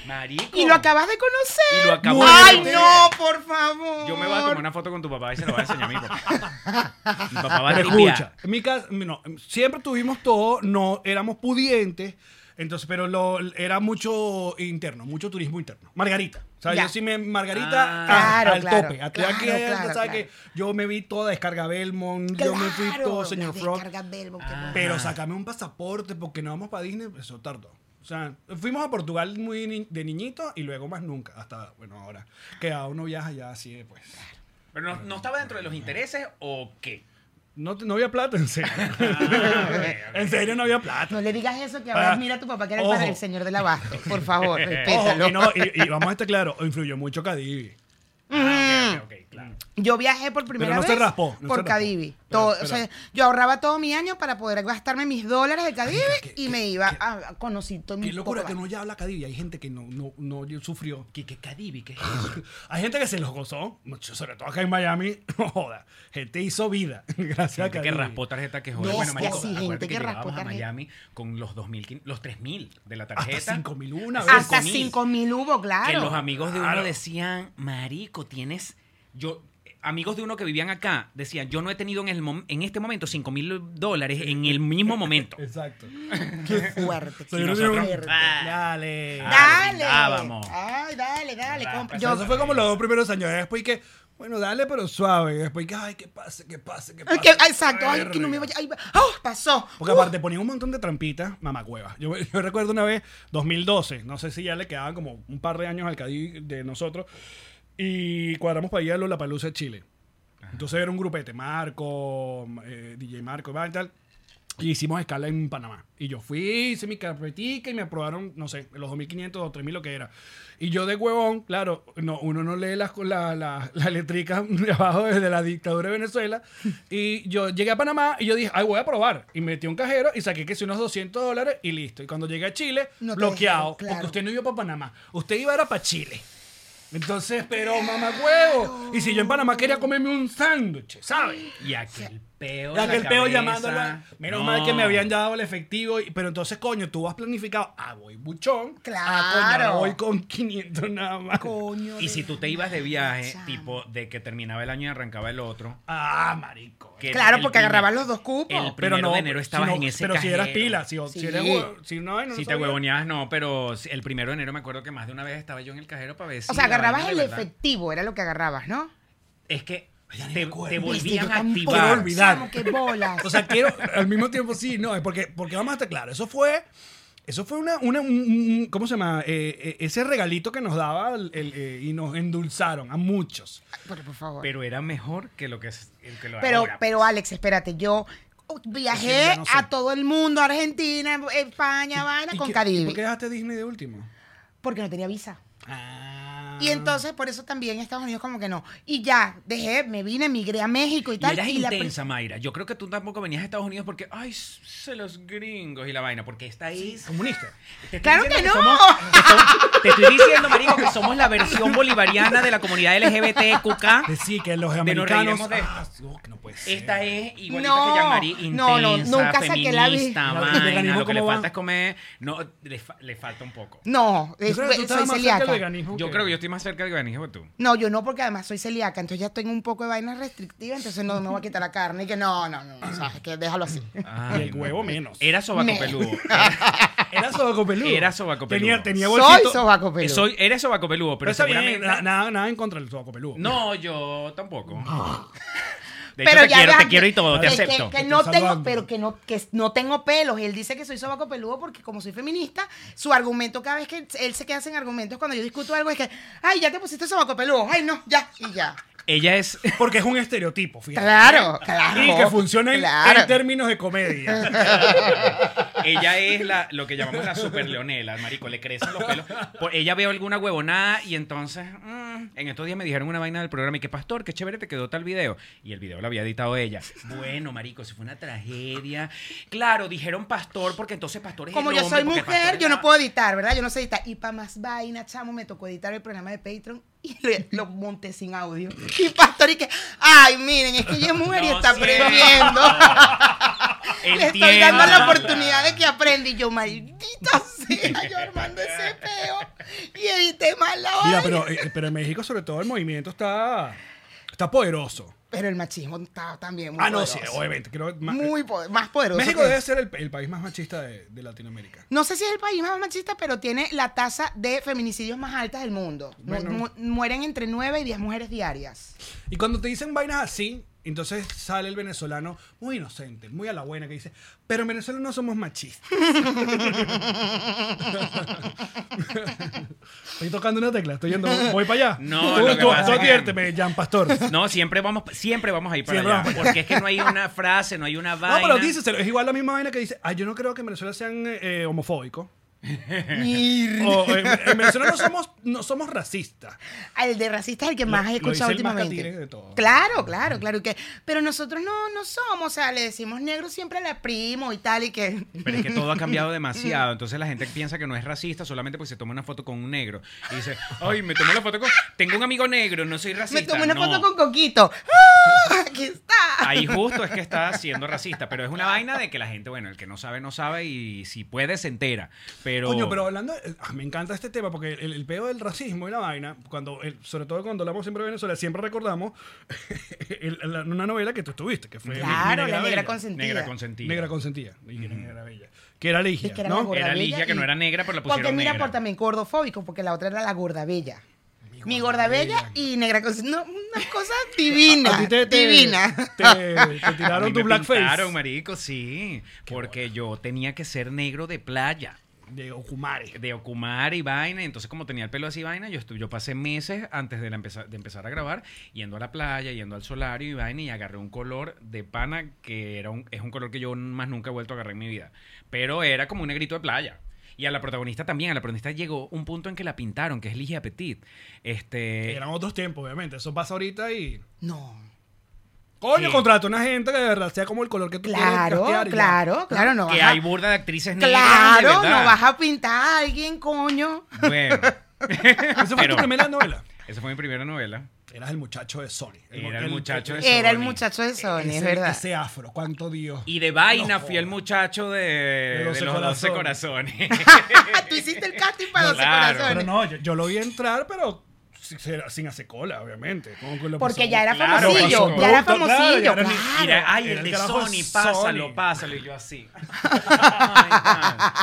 [SPEAKER 4] Marico.
[SPEAKER 5] Y lo acabas de conocer.
[SPEAKER 4] Y lo acabo de
[SPEAKER 5] Ay,
[SPEAKER 4] conocer.
[SPEAKER 5] no, por favor.
[SPEAKER 4] Yo me voy a tomar una foto con tu papá y se lo voy a enseñar a mi papá. mi papá va a
[SPEAKER 3] Pero
[SPEAKER 4] escucha.
[SPEAKER 3] escucha, en mi casa, no, siempre tuvimos todo, no éramos pudientes, entonces, pero lo, era mucho interno, mucho turismo interno. Margarita, o sea,
[SPEAKER 5] Ya.
[SPEAKER 3] yo sí me, Margarita
[SPEAKER 4] Ah.
[SPEAKER 3] a-
[SPEAKER 5] Claro,
[SPEAKER 3] al
[SPEAKER 5] claro,
[SPEAKER 3] tope. Hasta
[SPEAKER 5] claro,
[SPEAKER 3] aquí,
[SPEAKER 5] claro,
[SPEAKER 3] ya sabes
[SPEAKER 5] claro.
[SPEAKER 3] que yo me vi toda Descarga Belmont, yo me fui
[SPEAKER 5] Claro,
[SPEAKER 3] todo Señor
[SPEAKER 5] la
[SPEAKER 3] Frog, Ah.
[SPEAKER 5] descarga Belmont, qué bueno.
[SPEAKER 4] Ah.
[SPEAKER 3] pero sacame un pasaporte porque no vamos para Disney, eso tardó. O sea, fuimos a Portugal muy ni- de niñito y luego más nunca, hasta, bueno, ahora, que a uno viaja ya así pues. después.
[SPEAKER 4] Pero no, no estaba dentro de los intereses o qué.
[SPEAKER 3] No, te- no había plata, en serio.
[SPEAKER 4] Ah, ok,
[SPEAKER 3] en serio no había plata.
[SPEAKER 5] No le digas eso, que ahora
[SPEAKER 3] Ah,
[SPEAKER 5] mira a tu papá que era el
[SPEAKER 3] ojo.
[SPEAKER 5] para el señor del abasto. Por favor,
[SPEAKER 3] Ojo,
[SPEAKER 5] respétalo.
[SPEAKER 3] y, no, y, y vamos a estar claro, influyó mucho Cadivi.
[SPEAKER 5] Ah. Yo viajé por primera
[SPEAKER 3] no
[SPEAKER 5] vez
[SPEAKER 3] se raspó, no se
[SPEAKER 5] por
[SPEAKER 3] raspó.
[SPEAKER 5] Cadivi.
[SPEAKER 3] Espera,
[SPEAKER 5] Todo- o
[SPEAKER 3] espera.
[SPEAKER 5] sea, yo ahorraba todo mi año para poder gastarme mis dólares de Cadivi y me iba a a conocer todo mi
[SPEAKER 3] Qué locura
[SPEAKER 5] poco
[SPEAKER 3] que
[SPEAKER 5] va-
[SPEAKER 3] no ya habla Cadivi. Hay gente que no, no, no sufrió.
[SPEAKER 4] ¿Qué, qué Cadivi? ¿Qué es eso?
[SPEAKER 3] Hay gente que se los gozó, mucho, sobre todo acá en Miami. No joda. Gente hizo vida. Gracias a
[SPEAKER 4] Gente que
[SPEAKER 3] Cadivi.
[SPEAKER 4] raspó tarjeta que joder.
[SPEAKER 5] No,
[SPEAKER 4] bueno,
[SPEAKER 5] es que
[SPEAKER 4] marico,
[SPEAKER 5] así,
[SPEAKER 4] acuérdate
[SPEAKER 5] gente que
[SPEAKER 4] llegábamos
[SPEAKER 5] raspó
[SPEAKER 4] a
[SPEAKER 5] tarjeta.
[SPEAKER 4] Miami con los 2000, los 3000 de la tarjeta.
[SPEAKER 3] Hasta 5000 una vez.
[SPEAKER 5] Hasta
[SPEAKER 4] 5.000.
[SPEAKER 5] 5000 hubo,
[SPEAKER 4] Que
[SPEAKER 5] claro.
[SPEAKER 4] los amigos de
[SPEAKER 3] Claro.
[SPEAKER 4] uno decían, marico, tienes... Yo, eh, amigos de uno que vivían acá decían, yo no he tenido en, el mom- en este momento 5 mil dólares en el mismo momento.
[SPEAKER 3] Exacto.
[SPEAKER 5] Qué fuerte.
[SPEAKER 3] Se
[SPEAKER 5] qué
[SPEAKER 3] nos dieron-
[SPEAKER 5] fuerte.
[SPEAKER 4] Ah.
[SPEAKER 3] Dale.
[SPEAKER 4] Dale,
[SPEAKER 5] Dale.
[SPEAKER 4] brindábamos.
[SPEAKER 5] Ay, dale, dale.
[SPEAKER 4] Verdad,
[SPEAKER 5] compra.
[SPEAKER 3] O
[SPEAKER 4] pues,
[SPEAKER 3] sea,
[SPEAKER 5] Yo-
[SPEAKER 3] eso fue como los dos primeros años. Después que, bueno, dale, pero suave. Después que, ay, que pase, que pase, que
[SPEAKER 5] Ay,
[SPEAKER 3] pase.
[SPEAKER 5] que- ay, exacto. Ay, que no me
[SPEAKER 3] Verga.
[SPEAKER 5] vaya. Ay, va- ¡Oh! Pasó.
[SPEAKER 3] Porque aparte ponía un montón de trampitas, mamacuevas. Yo, yo recuerdo una vez, 2012, no sé si ya le quedaban como un par de años al Cadí de nosotros, y cuadramos para ir a Lollapalooza de Chile. Entonces era un grupete, Marco, eh, DJ Marco, y tal. Y hicimos escala en Panamá. Y yo fui, hice mi carpetica y me aprobaron, no sé, los 2.500 o 3.000 lo que era. Y yo de huevón, claro, no, uno no lee las la, la, la letrica de abajo desde la dictadura de Venezuela. Y yo llegué a Panamá y yo dije, ay, voy a probar. Y metí un cajero y saqué que si unos 200 dólares y listo. Y cuando llegué a Chile,
[SPEAKER 5] No te
[SPEAKER 3] bloqueado.
[SPEAKER 5] dejaron, claro.
[SPEAKER 3] Porque usted no iba para Panamá. Usted iba era para Chile. Entonces, pero mamá huevo. Y si yo en Panamá quería comerme un sándwich, ¿sabes?
[SPEAKER 4] Y aquel peo. en
[SPEAKER 3] Ya
[SPEAKER 4] la
[SPEAKER 3] que el peo
[SPEAKER 4] cabeza.
[SPEAKER 3] llamándolo. a- Menos
[SPEAKER 4] No.
[SPEAKER 3] mal que me habían dado el efectivo. y- Pero entonces, coño, tú has planificado. Ah, voy buchón. Ah, coño, ahora
[SPEAKER 5] Claro.
[SPEAKER 3] voy con 500 nada más.
[SPEAKER 5] Coño.
[SPEAKER 4] Y si
[SPEAKER 5] de-
[SPEAKER 4] tú te ibas de viaje,
[SPEAKER 5] Chamo.
[SPEAKER 4] tipo de que terminaba el año y arrancaba el otro.
[SPEAKER 3] Ah, marico.
[SPEAKER 4] que
[SPEAKER 5] Claro,
[SPEAKER 4] el
[SPEAKER 5] porque
[SPEAKER 4] primer-
[SPEAKER 5] agarrabas los dos cupos.
[SPEAKER 4] el primero de enero estabas
[SPEAKER 3] si no-
[SPEAKER 4] en ese
[SPEAKER 3] Pero si eras
[SPEAKER 4] cajero.
[SPEAKER 3] pila, si, si
[SPEAKER 5] Sí.
[SPEAKER 3] eras hue- si no, no
[SPEAKER 4] Si te
[SPEAKER 3] sabía.
[SPEAKER 4] huevoneabas, no, pero si- el primero de enero me acuerdo que más de una vez estaba yo en el cajero para ver si.
[SPEAKER 5] O sea,
[SPEAKER 4] la
[SPEAKER 5] agarrabas
[SPEAKER 4] vaina
[SPEAKER 5] el
[SPEAKER 4] de verdad-
[SPEAKER 5] efectivo, era lo que agarrabas, ¿no?
[SPEAKER 4] Es que
[SPEAKER 3] Ya ni me
[SPEAKER 4] te,
[SPEAKER 3] acuerdo.
[SPEAKER 4] te
[SPEAKER 5] Viste,
[SPEAKER 4] volvían
[SPEAKER 5] yo
[SPEAKER 4] a
[SPEAKER 5] tampoco.
[SPEAKER 4] activar.
[SPEAKER 3] Quiero olvidar.
[SPEAKER 5] Chamo, qué bolas.
[SPEAKER 3] O sea, quiero al mismo tiempo sí, no, es porque, porque vamos a estar claro, eso fue eso fue una, una un- un- ¿cómo se llama? Eh, eh, ese regalito que nos daba el- el, eh, y nos endulzaron a muchos.
[SPEAKER 5] pero por favor.
[SPEAKER 4] Pero era mejor que lo que, es- el que lo
[SPEAKER 5] Pero,
[SPEAKER 4] ahora.
[SPEAKER 5] pero Alex, espérate, yo uh,
[SPEAKER 3] pues. Es que
[SPEAKER 5] viajé
[SPEAKER 3] ya no sé.
[SPEAKER 5] a todo el mundo, Argentina, España, vaina,
[SPEAKER 3] ¿Y
[SPEAKER 5] con
[SPEAKER 3] qué-
[SPEAKER 5] Cadivi.
[SPEAKER 3] ¿Por qué dejaste Disney de último?
[SPEAKER 5] Porque no tenía visa.
[SPEAKER 3] Ah.
[SPEAKER 5] Y entonces, por eso también Estados Unidos como que no. Y ya, dejé, me vine, migré a México y
[SPEAKER 4] Y
[SPEAKER 5] tal.
[SPEAKER 4] eras
[SPEAKER 5] y la pri-
[SPEAKER 4] intensa, Mayra. Yo creo que tú tampoco venías a Estados Unidos porque, ay, se los gringos y la vaina, porque esta es...
[SPEAKER 3] comunista.
[SPEAKER 4] Te estoy
[SPEAKER 5] ¡Claro
[SPEAKER 4] diciendo
[SPEAKER 5] que no!
[SPEAKER 4] somos- que somos- te estoy diciendo, marico, que somos la versión bolivariana de la comunidad LGBTQK.
[SPEAKER 3] Decir que los
[SPEAKER 4] nos
[SPEAKER 3] americanos
[SPEAKER 4] reiremos de-
[SPEAKER 3] Ah, no, que no puede ser.
[SPEAKER 4] Esta es igualita
[SPEAKER 5] No,
[SPEAKER 4] que Yamari,
[SPEAKER 5] no,
[SPEAKER 4] intensa,
[SPEAKER 5] no, nunca saqué la vi-
[SPEAKER 4] feminista,
[SPEAKER 3] La- el
[SPEAKER 4] vaina,
[SPEAKER 3] veganismo,
[SPEAKER 4] lo que le
[SPEAKER 3] ¿cómo va?
[SPEAKER 4] falta es comer, no, le, fa- le falta un poco.
[SPEAKER 5] No,
[SPEAKER 3] Yo
[SPEAKER 5] es-
[SPEAKER 3] creo que tú estabas
[SPEAKER 5] soy
[SPEAKER 3] más cerca del
[SPEAKER 5] celíaca.
[SPEAKER 3] veganismo
[SPEAKER 4] Yo creo que yo estoy más cerca del veganismo que tú.
[SPEAKER 5] No, yo no, porque además soy celíaca, entonces ya tengo un poco de vainas restrictivas, entonces no me voy a quitar la carne. Y que no, no, no, o sea, es que déjalo así.
[SPEAKER 4] Ay,
[SPEAKER 3] Y el huevo menos.
[SPEAKER 4] Era sobaco
[SPEAKER 5] Me- Ah,
[SPEAKER 4] peludo.
[SPEAKER 3] Era sobaco peludo.
[SPEAKER 4] Era sobaco peludo.
[SPEAKER 3] Tenía, tenía
[SPEAKER 5] soy
[SPEAKER 3] bolsito.
[SPEAKER 5] sobaco peludo.
[SPEAKER 4] Soy, eres sobaco peludo, pero
[SPEAKER 3] pero está bien,
[SPEAKER 4] seguramente...
[SPEAKER 3] na- nada, nada en contra del sobaco peludo.
[SPEAKER 4] No, yo tampoco. De hecho,
[SPEAKER 5] pero
[SPEAKER 4] te
[SPEAKER 5] ya
[SPEAKER 4] quiero,
[SPEAKER 5] veas
[SPEAKER 4] te
[SPEAKER 5] que-
[SPEAKER 4] quiero y todo, te
[SPEAKER 5] que- que-
[SPEAKER 4] acepto.
[SPEAKER 5] Que,
[SPEAKER 3] Te
[SPEAKER 5] no
[SPEAKER 3] estoy
[SPEAKER 5] tengo,
[SPEAKER 3] salvando.
[SPEAKER 5] pero que no, que no tengo pelos. Él dice que soy sobaco peludo porque como soy feminista, su argumento cada vez que él se queda sin argumentos cuando yo discuto algo es que, ay, ya te pusiste sobaco peludo, ay no, ya, y ya.
[SPEAKER 4] Ella es.
[SPEAKER 3] Porque es un estereotipo, fíjate.
[SPEAKER 5] Claro, claro.
[SPEAKER 3] Y que funciona en,
[SPEAKER 5] claro.
[SPEAKER 3] en términos de comedia.
[SPEAKER 4] Ella es la, lo que llamamos la super leonela, marico, le crecen los pelos. Por- ella veo alguna huevonada y entonces, mm, en estos días me dijeron una vaina del programa y que, pastor, qué chévere te quedó tal video. Y el video lo había editado ella. Bueno, marico, si fue una tragedia. Claro, dijeron pastor porque entonces pastor es
[SPEAKER 5] Como
[SPEAKER 4] el
[SPEAKER 5] yo
[SPEAKER 4] hombre,
[SPEAKER 5] soy
[SPEAKER 4] porque pastor
[SPEAKER 5] mujer,
[SPEAKER 4] es
[SPEAKER 5] yo
[SPEAKER 4] la-
[SPEAKER 5] no puedo editar, ¿verdad? Yo no sé editar. Y para más vaina, chamo, me tocó editar el programa de Patreon y le- lo monté sin audio. Y Pastor, y que, ay, miren, es que ella es mujer y
[SPEAKER 4] No
[SPEAKER 5] está
[SPEAKER 4] siento.
[SPEAKER 5] aprendiendo. Le estoy
[SPEAKER 4] Entiendo.
[SPEAKER 5] dando la oportunidad de que aprenda. Y yo, maldita sea, yo armando ese peo y edité mal la
[SPEAKER 3] Mira,
[SPEAKER 5] vaina.
[SPEAKER 3] pero, eh, pero en México, sobre todo, el movimiento está, está poderoso.
[SPEAKER 5] Pero el machismo está también muy
[SPEAKER 3] ah, no,
[SPEAKER 5] poderoso.
[SPEAKER 3] sí, obviamente. Creo, que ma-
[SPEAKER 5] Muy poder- más poderoso.
[SPEAKER 3] México
[SPEAKER 5] que-
[SPEAKER 3] debe ser el, el país más machista de, de Latinoamérica.
[SPEAKER 5] No sé si es el país más machista, pero tiene la tasa de feminicidios más alta del mundo. Mu-
[SPEAKER 3] Bueno.
[SPEAKER 5] mu- mueren entre 9 y 10 mujeres diarias.
[SPEAKER 3] Y cuando te dicen vainas así, entonces sale el venezolano muy inocente, muy a la buena, que dice, pero en Venezuela no somos machistas. estoy tocando una tecla, estoy yendo, voy para allá.
[SPEAKER 4] No,
[SPEAKER 3] tú,
[SPEAKER 4] lo que
[SPEAKER 3] tú-
[SPEAKER 4] pasa
[SPEAKER 3] tú
[SPEAKER 4] es que-
[SPEAKER 3] adviérteme, Jean Pastor. No,
[SPEAKER 4] No, siempre vamos, siempre vamos a ir para
[SPEAKER 3] Siempre
[SPEAKER 4] allá.
[SPEAKER 3] vamos.
[SPEAKER 4] Porque es que no hay una frase, no hay una vaina.
[SPEAKER 3] pero díselo, es igual la misma vaina que dice, ah, yo no creo que en Venezuela sean eh, homofóbicos.
[SPEAKER 5] Mir-
[SPEAKER 3] O, en, en Venezuela no somos, no somos racistas.
[SPEAKER 5] El de racista es el que más
[SPEAKER 3] Lo-
[SPEAKER 5] he
[SPEAKER 3] lo
[SPEAKER 5] escuchado
[SPEAKER 3] dice el más
[SPEAKER 5] últimamente.
[SPEAKER 3] catire de todos.
[SPEAKER 5] Claro, claro, claro. que Pero nosotros no, no somos, o sea, le decimos negro siempre a la primo y tal, y que.
[SPEAKER 4] Pero es que todo ha cambiado demasiado. Entonces la gente piensa que no es racista solamente porque se toma una foto con un negro. Y dice, ay, me tomé la foto con. Tengo un amigo negro, no soy racista.
[SPEAKER 5] Me tomé una
[SPEAKER 4] No.
[SPEAKER 5] foto con Coquito. ¡Ah! Aquí está.
[SPEAKER 4] Ahí justo es que está siendo racista, pero es una vaina de que la gente, bueno, el que no sabe, no sabe y si puede se entera. Pero.
[SPEAKER 3] Coño, pero hablando, eh, ah, me encanta este tema porque el, el peo del racismo y la vaina, cuando el- sobre todo cuando hablamos siempre de Venezuela, siempre recordamos el- la- una novela que tú estuviste, que fue
[SPEAKER 5] Claro,
[SPEAKER 3] Mi- Mi
[SPEAKER 5] la negra
[SPEAKER 3] Bella.
[SPEAKER 5] consentida.
[SPEAKER 4] Negra consentida.
[SPEAKER 3] Negra consentía. Y que era Negra Bella. Que era Ligia,
[SPEAKER 5] Es que era la
[SPEAKER 3] ¿no?
[SPEAKER 5] gorda
[SPEAKER 4] Era
[SPEAKER 5] bella
[SPEAKER 4] Ligia, que
[SPEAKER 5] y-
[SPEAKER 4] no era negra, pero la
[SPEAKER 5] Porque
[SPEAKER 4] pusieron
[SPEAKER 5] mira,
[SPEAKER 4] negra.
[SPEAKER 5] por también gordofóbico, porque la otra era la gorda bella. Mi gorda bella y negra cosa. No, una cosa divina.
[SPEAKER 3] A ti te, te-
[SPEAKER 5] divina.
[SPEAKER 3] Te, te
[SPEAKER 4] A mí
[SPEAKER 3] tiraron tu
[SPEAKER 4] me
[SPEAKER 3] blackface.
[SPEAKER 4] pintaron, marico, sí. porque yo tenía que ser negro de playa.
[SPEAKER 3] De Okumare.
[SPEAKER 4] de Okumar y vaina. y Entonces, como tenía el pelo así vaina, yo, estu- yo pasé meses antes de, la empezar, de empezar a grabar yendo a la playa, yendo al solario y vaina, y agarré un color de pana que era un, es un color que yo más nunca he vuelto a agarrar en mi vida. Pero era como un negrito de playa. Y a la protagonista también, a la protagonista llegó un punto en que la pintaron, que es Ligia Petit. Este,
[SPEAKER 3] Eran otros tiempos, obviamente. Eso pasa ahorita y.
[SPEAKER 5] No.
[SPEAKER 3] Coño,
[SPEAKER 4] Sí.
[SPEAKER 3] contrata una gente que de verdad sea como el color que tú quieres
[SPEAKER 5] Claro,
[SPEAKER 3] castear y ya.
[SPEAKER 5] claro, claro, no
[SPEAKER 4] que
[SPEAKER 5] vas a-
[SPEAKER 4] hay burda de actrices negras.
[SPEAKER 5] Claro,
[SPEAKER 4] de verdad.
[SPEAKER 5] no vas a pintar a alguien, coño.
[SPEAKER 4] Bueno.
[SPEAKER 3] Esa fue
[SPEAKER 4] Pero-
[SPEAKER 3] tu primera novela.
[SPEAKER 4] Esa fue mi primera novela.
[SPEAKER 3] Eras el muchacho de Sony.
[SPEAKER 4] Era el muchacho de
[SPEAKER 5] Era el
[SPEAKER 4] Sony.
[SPEAKER 5] muchacho de Sony,
[SPEAKER 3] ese,
[SPEAKER 5] es verdad.
[SPEAKER 3] Ese afro, cuánto Dios.
[SPEAKER 4] Y de vaina
[SPEAKER 3] No
[SPEAKER 4] fui el
[SPEAKER 3] joda.
[SPEAKER 4] muchacho de, de los
[SPEAKER 3] doce
[SPEAKER 4] 12 corazones.
[SPEAKER 5] Tú hiciste el casting para 12
[SPEAKER 4] Claro.
[SPEAKER 3] Pero
[SPEAKER 5] corazones.
[SPEAKER 3] no, yo, yo lo vi entrar, pero sin, sin hacer cola, obviamente. Como que lo
[SPEAKER 5] Porque
[SPEAKER 3] pasó-
[SPEAKER 5] ya era
[SPEAKER 4] Claro,
[SPEAKER 5] famosillo,
[SPEAKER 4] pasó
[SPEAKER 5] ya era
[SPEAKER 3] producto, claro,
[SPEAKER 5] famosillo,
[SPEAKER 3] ya era mi-
[SPEAKER 5] claro.
[SPEAKER 4] Mira, ay,
[SPEAKER 3] Era
[SPEAKER 4] el
[SPEAKER 3] el
[SPEAKER 4] de
[SPEAKER 3] carajo de
[SPEAKER 4] Sony, pásalo,
[SPEAKER 3] Sony.
[SPEAKER 4] pásalo. Y yo así. Ay, man.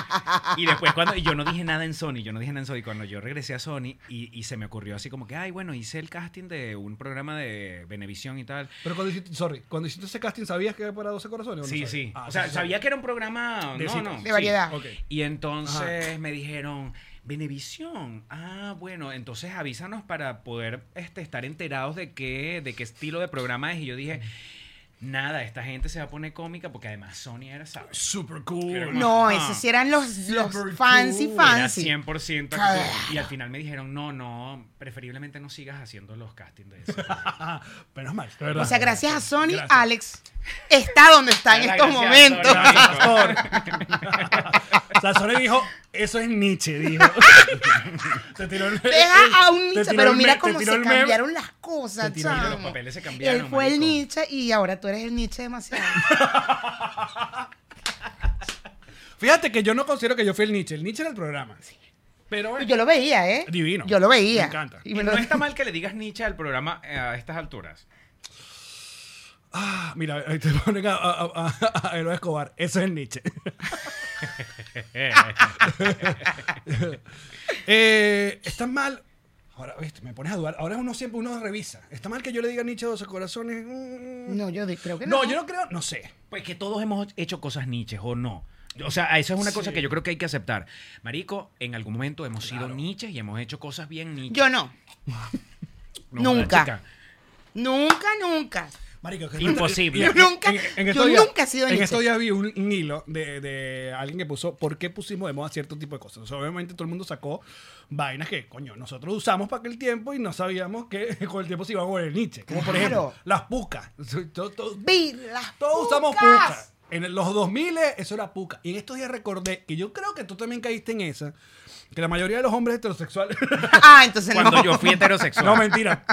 [SPEAKER 4] y después cuando y yo no dije nada en Sony, yo no dije nada en Sony. Cuando yo regresé a Sony y, y se me ocurrió así como que, ay, bueno, hice el casting de un programa de Venevisión y tal.
[SPEAKER 3] Pero cuando hiciste, sorry, cuando hiciste ese casting, ¿sabías que era para 12 corazones? o no
[SPEAKER 4] Sí,
[SPEAKER 3] sabías?
[SPEAKER 4] sí.
[SPEAKER 3] Ah,
[SPEAKER 4] o sea,
[SPEAKER 3] sí, sí,
[SPEAKER 4] sabía que era un programa
[SPEAKER 3] De
[SPEAKER 4] no,
[SPEAKER 3] citas.
[SPEAKER 4] no,
[SPEAKER 3] De
[SPEAKER 4] sí.
[SPEAKER 5] variedad.
[SPEAKER 3] Ok.
[SPEAKER 4] Y entonces me dijeron, Venevisión, ah, bueno, entonces avísanos para poder este, estar enterados de qué, de qué estilo de programa es. Y yo dije, nada, esta gente se va a poner cómica porque además Sony era, ¿sabes?
[SPEAKER 3] Super cool.
[SPEAKER 4] Pero-
[SPEAKER 5] No,
[SPEAKER 4] Ajá.
[SPEAKER 5] esos sí eran los, los
[SPEAKER 3] Super
[SPEAKER 5] fancy,
[SPEAKER 3] cool.
[SPEAKER 4] Era
[SPEAKER 5] fancy.
[SPEAKER 4] 100%
[SPEAKER 5] Ah, Claro.
[SPEAKER 4] actitud. Y al final me dijeron, no, no, preferiblemente no sigas haciendo los castings de eso.
[SPEAKER 3] Ah, menos mal, de verdad.
[SPEAKER 5] O sea, gracias a Sony,
[SPEAKER 3] Gracias.
[SPEAKER 5] Alex está donde está en estos momentos.
[SPEAKER 3] O sea, Sony dijo, eso es Nietzsche, dijo. Te tiró el-
[SPEAKER 5] Deja a un
[SPEAKER 3] te
[SPEAKER 5] Nietzsche,
[SPEAKER 3] tiró
[SPEAKER 5] pero
[SPEAKER 3] el
[SPEAKER 5] mira
[SPEAKER 3] me-
[SPEAKER 5] cómo
[SPEAKER 3] te
[SPEAKER 5] se
[SPEAKER 3] tiró el meme.
[SPEAKER 5] cambiaron las cosas,
[SPEAKER 3] Te tiró el-
[SPEAKER 5] chamo.
[SPEAKER 4] los papeles se cambiaron,
[SPEAKER 5] Él fue el
[SPEAKER 4] marico.
[SPEAKER 5] Nietzsche y ahora tú eres el Nietzsche demasiado.
[SPEAKER 3] Fíjate que yo no considero que yo fui el Nietzsche. El Nietzsche era el programa. Pero bueno.
[SPEAKER 5] Yo lo veía, ¿eh?
[SPEAKER 3] Divino.
[SPEAKER 5] Yo lo veía.
[SPEAKER 3] Me encanta.
[SPEAKER 5] Y me
[SPEAKER 4] Y
[SPEAKER 5] lo-
[SPEAKER 4] no está mal que le digas Nietzsche al programa eh, a estas alturas.
[SPEAKER 3] Ah, mira, ahí te ponen a, a, a- a- a Eloy Escobar. Eso es Nietzsche. eh, está mal. Ahora, viste, me pones a dudar. Ahora uno siempre uno revisa. Está mal que yo le diga Nietzsche a 12 corazones. Mm.
[SPEAKER 5] No, yo de- creo que no.
[SPEAKER 3] No, yo no creo. No sé.
[SPEAKER 4] Pues que todos hemos hecho cosas niches o no. O sea, eso es una cosa que yo creo que hay que aceptar. Marico, en algún momento hemos sido niches y hemos hecho cosas bien niches.
[SPEAKER 5] Yo no.
[SPEAKER 4] jodas,
[SPEAKER 5] nunca.
[SPEAKER 4] chica.
[SPEAKER 5] Nunca, nunca.
[SPEAKER 3] Marico, es
[SPEAKER 4] Imposible.
[SPEAKER 5] Yo nunca- yo
[SPEAKER 3] estos
[SPEAKER 5] nunca he sido
[SPEAKER 3] En
[SPEAKER 5] Nietzsche.
[SPEAKER 3] estos días vi un, un hilo de, de alguien que puso por qué pusimos de moda cierto tipo de cosas. O sea, obviamente todo el mundo sacó vainas que, coño, nosotros usamos para aquel tiempo y no sabíamos que con el tiempo se iba a volver Nietzsche. Como por
[SPEAKER 5] Claro.
[SPEAKER 3] ejemplo, las pucas. Todo- todo-
[SPEAKER 5] Vi las
[SPEAKER 3] todos usamos
[SPEAKER 5] pucas.
[SPEAKER 3] pucas. En el- los 2000 eso era puca. Y en estos días recordé que yo creo que tú también caíste en esa, que la mayoría de los hombres heterosexuales...
[SPEAKER 5] Ah, entonces
[SPEAKER 4] Cuando
[SPEAKER 5] no.
[SPEAKER 4] yo fui heterosexual.
[SPEAKER 3] No, mentira.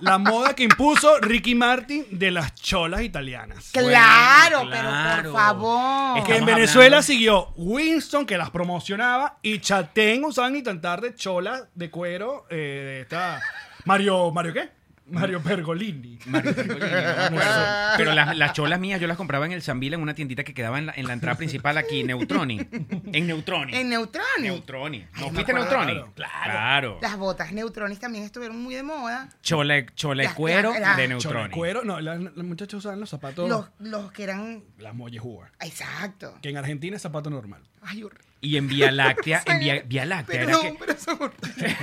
[SPEAKER 3] La moda que impuso Ricky Martin de las cholas italianas.
[SPEAKER 5] Claro, pero
[SPEAKER 4] claro.
[SPEAKER 5] por favor.
[SPEAKER 4] Es
[SPEAKER 3] Que en
[SPEAKER 4] Estamos
[SPEAKER 3] Venezuela
[SPEAKER 4] hablando-
[SPEAKER 3] siguió Winston, que las promocionaba, y Chatén usaban ni tan tarde cholas de cuero eh, de esta. Mario. ¿Mario qué? Mario Pergolini.
[SPEAKER 4] Marico, yo ni me acuerdo. Pero las, las cholas mías yo las compraba en el Zambil en una tiendita que quedaba en la, en la entrada principal aquí, Neutroni. En Neutroni.
[SPEAKER 5] En Neutrones.
[SPEAKER 4] Neutroni. ¿No
[SPEAKER 5] me
[SPEAKER 4] fuiste a
[SPEAKER 5] acuerdo.
[SPEAKER 4] Neutroni?
[SPEAKER 3] Claro.
[SPEAKER 4] Claro.
[SPEAKER 5] Las botas neutrones también estuvieron muy de moda.
[SPEAKER 4] Chola, chola de
[SPEAKER 5] Las-
[SPEAKER 4] cuero
[SPEAKER 5] las- las-
[SPEAKER 4] de
[SPEAKER 3] Chola de
[SPEAKER 4] Neutroni.
[SPEAKER 3] cuero. No, la- los muchachos usaban los zapatos.
[SPEAKER 5] Los, los que eran.
[SPEAKER 3] Las mollejúas.
[SPEAKER 5] Exacto.
[SPEAKER 3] Que en Argentina es zapato normal.
[SPEAKER 5] Ay, horrible.
[SPEAKER 4] Y en Vía Láctea, en Vía, Vía Láctea era
[SPEAKER 5] Perdón,
[SPEAKER 4] que...
[SPEAKER 5] pero son horribles.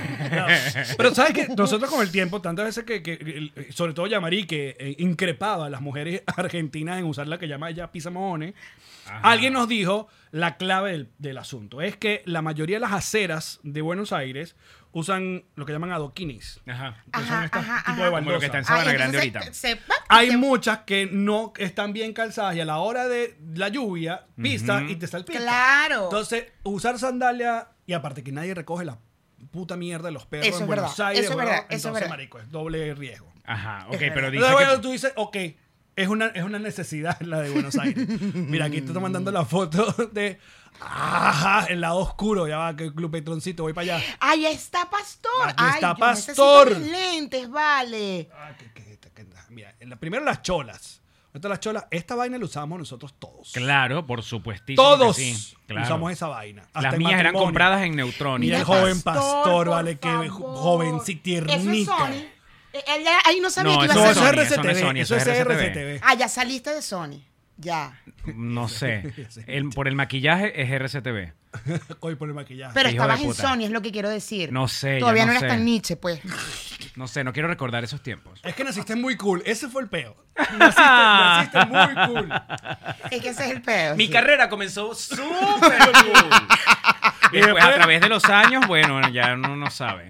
[SPEAKER 3] Pero sabes que nosotros con el tiempo, tantas veces que, que- que- sobre todo Yamari, que eh, increpaba a las mujeres argentinas en usar la que llama ella pizza mojones,
[SPEAKER 4] Ajá.
[SPEAKER 3] alguien nos dijo, la clave del, del asunto. Es que la mayoría de las aceras de Buenos Aires usan lo que llaman adoquines.
[SPEAKER 4] Ajá. pues
[SPEAKER 3] que son estos tipos de
[SPEAKER 4] Como lo que está
[SPEAKER 3] baldosas.
[SPEAKER 4] en Sabana
[SPEAKER 5] Ay,
[SPEAKER 4] Grande
[SPEAKER 5] Ah, entonces, eh,
[SPEAKER 4] ahorita.
[SPEAKER 5] Sepa
[SPEAKER 3] Hay muchas que no están bien calzadas y a la hora de la lluvia pisa y te salpica.
[SPEAKER 5] Claro.
[SPEAKER 3] Entonces, usar sandalia y aparte que nadie recoge la puta mierda de los perros
[SPEAKER 5] Eso
[SPEAKER 3] en
[SPEAKER 5] es
[SPEAKER 3] Buenos
[SPEAKER 5] verdad,
[SPEAKER 3] Aires,
[SPEAKER 5] eso es
[SPEAKER 3] weón,
[SPEAKER 5] verdad, eso es
[SPEAKER 3] entonces,
[SPEAKER 5] verdad.
[SPEAKER 3] marico, es doble riesgo.
[SPEAKER 4] Ajá, ok,
[SPEAKER 5] Es verdad.
[SPEAKER 4] pero dice
[SPEAKER 3] Entonces, bueno,
[SPEAKER 4] que...
[SPEAKER 3] tú dices, ok, es una, es una necesidad la de Buenos Aires. Mira, aquí te estoy mandando la foto de. Ajá, el lado oscuro, ya va, que el club Petroncito, voy para allá.
[SPEAKER 5] Ahí está Pastor.
[SPEAKER 3] Ahí
[SPEAKER 5] Ay,
[SPEAKER 3] está
[SPEAKER 5] yo necesito
[SPEAKER 3] Pastor.
[SPEAKER 5] mis lentes, vale.
[SPEAKER 3] Ah, que- que- que- mira, en la- primero las cholas. Ahorita las cholas, esta vaina la usamos nosotros todos.
[SPEAKER 4] Claro, por supuestísimo que
[SPEAKER 3] Todos
[SPEAKER 4] sí, claro.
[SPEAKER 3] usamos esa vaina. Hasta
[SPEAKER 4] Las
[SPEAKER 3] en
[SPEAKER 4] mías eran
[SPEAKER 3] matrimonio.
[SPEAKER 4] compradas en Neutrón.
[SPEAKER 3] Y el
[SPEAKER 5] Mira,
[SPEAKER 3] joven pastor,
[SPEAKER 5] por
[SPEAKER 3] vale, que jo-
[SPEAKER 5] favor.
[SPEAKER 3] jovencito,
[SPEAKER 5] Eso es
[SPEAKER 3] tiernito.
[SPEAKER 5] Sony. Eh, eh, ya- Ahí no sabía
[SPEAKER 4] No,
[SPEAKER 5] que
[SPEAKER 4] eso
[SPEAKER 5] iba
[SPEAKER 3] No,
[SPEAKER 5] a
[SPEAKER 3] eso
[SPEAKER 5] ser
[SPEAKER 3] es
[SPEAKER 4] Sony,
[SPEAKER 5] Sony.
[SPEAKER 4] eso no es
[SPEAKER 3] RCTV.
[SPEAKER 4] Sony,
[SPEAKER 3] Eso
[SPEAKER 4] eso
[SPEAKER 3] es
[SPEAKER 4] es
[SPEAKER 3] RCTV.
[SPEAKER 5] Ah, ya saliste de Sony. Ya.
[SPEAKER 4] Mm, No sé. El- por el maquillaje es RCTV.
[SPEAKER 3] Coy por el maquillaje.
[SPEAKER 5] Pero
[SPEAKER 4] Hijo de
[SPEAKER 5] estabas en
[SPEAKER 4] puta.
[SPEAKER 5] Sony, es lo que quiero decir.
[SPEAKER 4] No sé, ya
[SPEAKER 5] Todavía
[SPEAKER 4] no
[SPEAKER 5] no eras
[SPEAKER 4] sé.
[SPEAKER 5] tan Nietzsche, pues.
[SPEAKER 4] No sé, no quiero recordar esos tiempos.
[SPEAKER 3] Es que naciste muy cool. Ese fue el peo. Naciste, naciste muy cool.
[SPEAKER 5] Es que ese es el pedo. sí.
[SPEAKER 4] carrera comenzó súper cool. Y después, a través de los años, bueno, ya uno no sabe.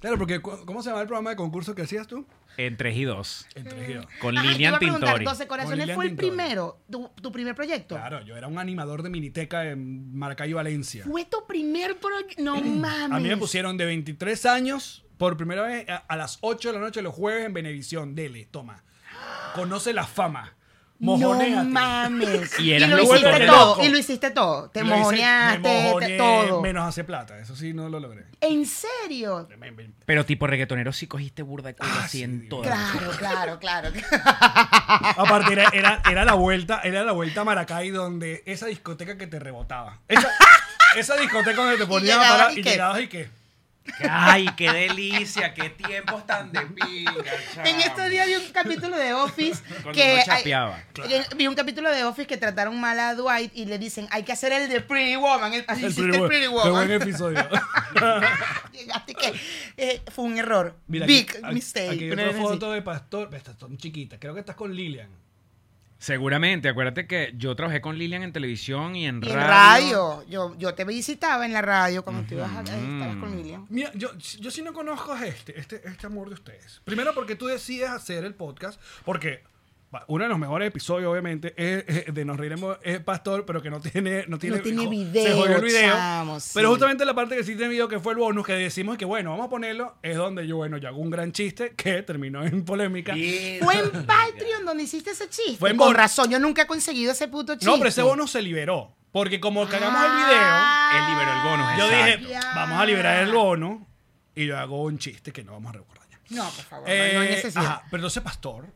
[SPEAKER 3] Claro, porque cu- ¿cómo se llama el programa de concurso que hacías tú?
[SPEAKER 4] En 3 y 2.
[SPEAKER 5] Eh,
[SPEAKER 3] Entregido.
[SPEAKER 4] Con
[SPEAKER 5] Ajá, te iba
[SPEAKER 4] Lilian
[SPEAKER 5] a preguntar,
[SPEAKER 4] Tintori.
[SPEAKER 5] 12
[SPEAKER 3] Con
[SPEAKER 5] Corazones
[SPEAKER 3] Lilian
[SPEAKER 5] fue el
[SPEAKER 3] Tintori.
[SPEAKER 5] primero, tu, tu primer proyecto.
[SPEAKER 3] Claro, yo era un animador de miniteca en Maracay, Valencia.
[SPEAKER 5] Fue tu primer proyecto. No mames.
[SPEAKER 3] A mí me pusieron de 23 años por primera vez a, a las 8 de la noche los jueves en Benevisión. Dele, toma. Conoce la fama. Mojonéate.
[SPEAKER 5] No mames.
[SPEAKER 4] Y eras
[SPEAKER 5] lo
[SPEAKER 4] loco,
[SPEAKER 5] hiciste
[SPEAKER 4] eres
[SPEAKER 5] todo.
[SPEAKER 3] loco.
[SPEAKER 5] Y lo hiciste todo. Te
[SPEAKER 3] Lo hice, me
[SPEAKER 5] mojoneaste, te-
[SPEAKER 3] mojoneé,
[SPEAKER 5] todo.
[SPEAKER 3] Menos hace plata, eso sí no lo logré.
[SPEAKER 5] ¿En serio?
[SPEAKER 4] Pero tipo reggaetonero sí cogiste burda de culo
[SPEAKER 3] Ah,
[SPEAKER 4] así
[SPEAKER 3] sí,
[SPEAKER 4] en
[SPEAKER 3] Dios.
[SPEAKER 4] todas.
[SPEAKER 5] Claro, claro, claro.
[SPEAKER 3] Aparte era, era, era la vuelta, era la vuelta a Maracay donde esa discoteca que te rebotaba. Esa, esa discoteca donde te ponías a
[SPEAKER 5] llegabas
[SPEAKER 3] parar
[SPEAKER 5] y
[SPEAKER 3] y
[SPEAKER 5] qué.
[SPEAKER 3] llegabas y qué.
[SPEAKER 4] Ay, qué delicia, qué tiempos tan de pinga.
[SPEAKER 5] En este estos días vi un capítulo de Office
[SPEAKER 4] Cuando
[SPEAKER 5] que
[SPEAKER 4] uno chapeaba.
[SPEAKER 5] eh, vi un capítulo de Office que trataron mal a Dwight y le dicen hay que hacer el de Pretty Woman. El, hiciste el
[SPEAKER 3] Pretty Woman.
[SPEAKER 5] Pretty
[SPEAKER 3] Qué
[SPEAKER 5] Woman.
[SPEAKER 3] buen episodio.
[SPEAKER 5] Llegaste que eh, fue un error.
[SPEAKER 3] Mira,
[SPEAKER 5] Big
[SPEAKER 3] aquí- aquí-
[SPEAKER 5] mistake.
[SPEAKER 3] Aquí hay
[SPEAKER 5] Una
[SPEAKER 3] otra
[SPEAKER 5] vez así.
[SPEAKER 3] foto de Pastor. Estas son chiquitas. Creo que estás con Lilian.
[SPEAKER 4] Seguramente, acuérdate que yo trabajé con Lilian en televisión y en
[SPEAKER 5] Y
[SPEAKER 4] radio.
[SPEAKER 5] en radio. Yo, yo te visitaba en la radio cuando tú ibas a estabas con Lilian.
[SPEAKER 3] Mira, yo, yo sí no conozco a este, este, este amor de ustedes. Primero porque tú decides hacer el podcast, porque va, uno de los mejores episodios, obviamente, es, eh, de Nos Reiremos es Pastor, pero que no tiene, no tiene,
[SPEAKER 5] No tiene
[SPEAKER 3] jo-
[SPEAKER 5] video,
[SPEAKER 3] se jodió el video.
[SPEAKER 5] chamo, sí.
[SPEAKER 3] Pero justamente la parte que sí tiene video, que fue el bonus, que decimos que bueno, vamos a ponerlo, es donde yo, bueno, yo hago un gran chiste que terminó en polémica.
[SPEAKER 5] Fue en Patreon donde hiciste ese chiste.
[SPEAKER 3] Fue en
[SPEAKER 5] con
[SPEAKER 3] Bon-
[SPEAKER 5] razón, yo nunca he conseguido ese puto chiste.
[SPEAKER 3] No, pero ese bonus se liberó, porque como cagamos
[SPEAKER 4] Él liberó el bono,
[SPEAKER 3] el
[SPEAKER 5] Ah,
[SPEAKER 3] video, yo dije, vamos a liberar el bono, y yo hago un chiste que no vamos a recordar ya.
[SPEAKER 5] No, por favor,
[SPEAKER 3] Eh,
[SPEAKER 5] no hay necesidad.
[SPEAKER 3] ajá, pero entonces, Pastor,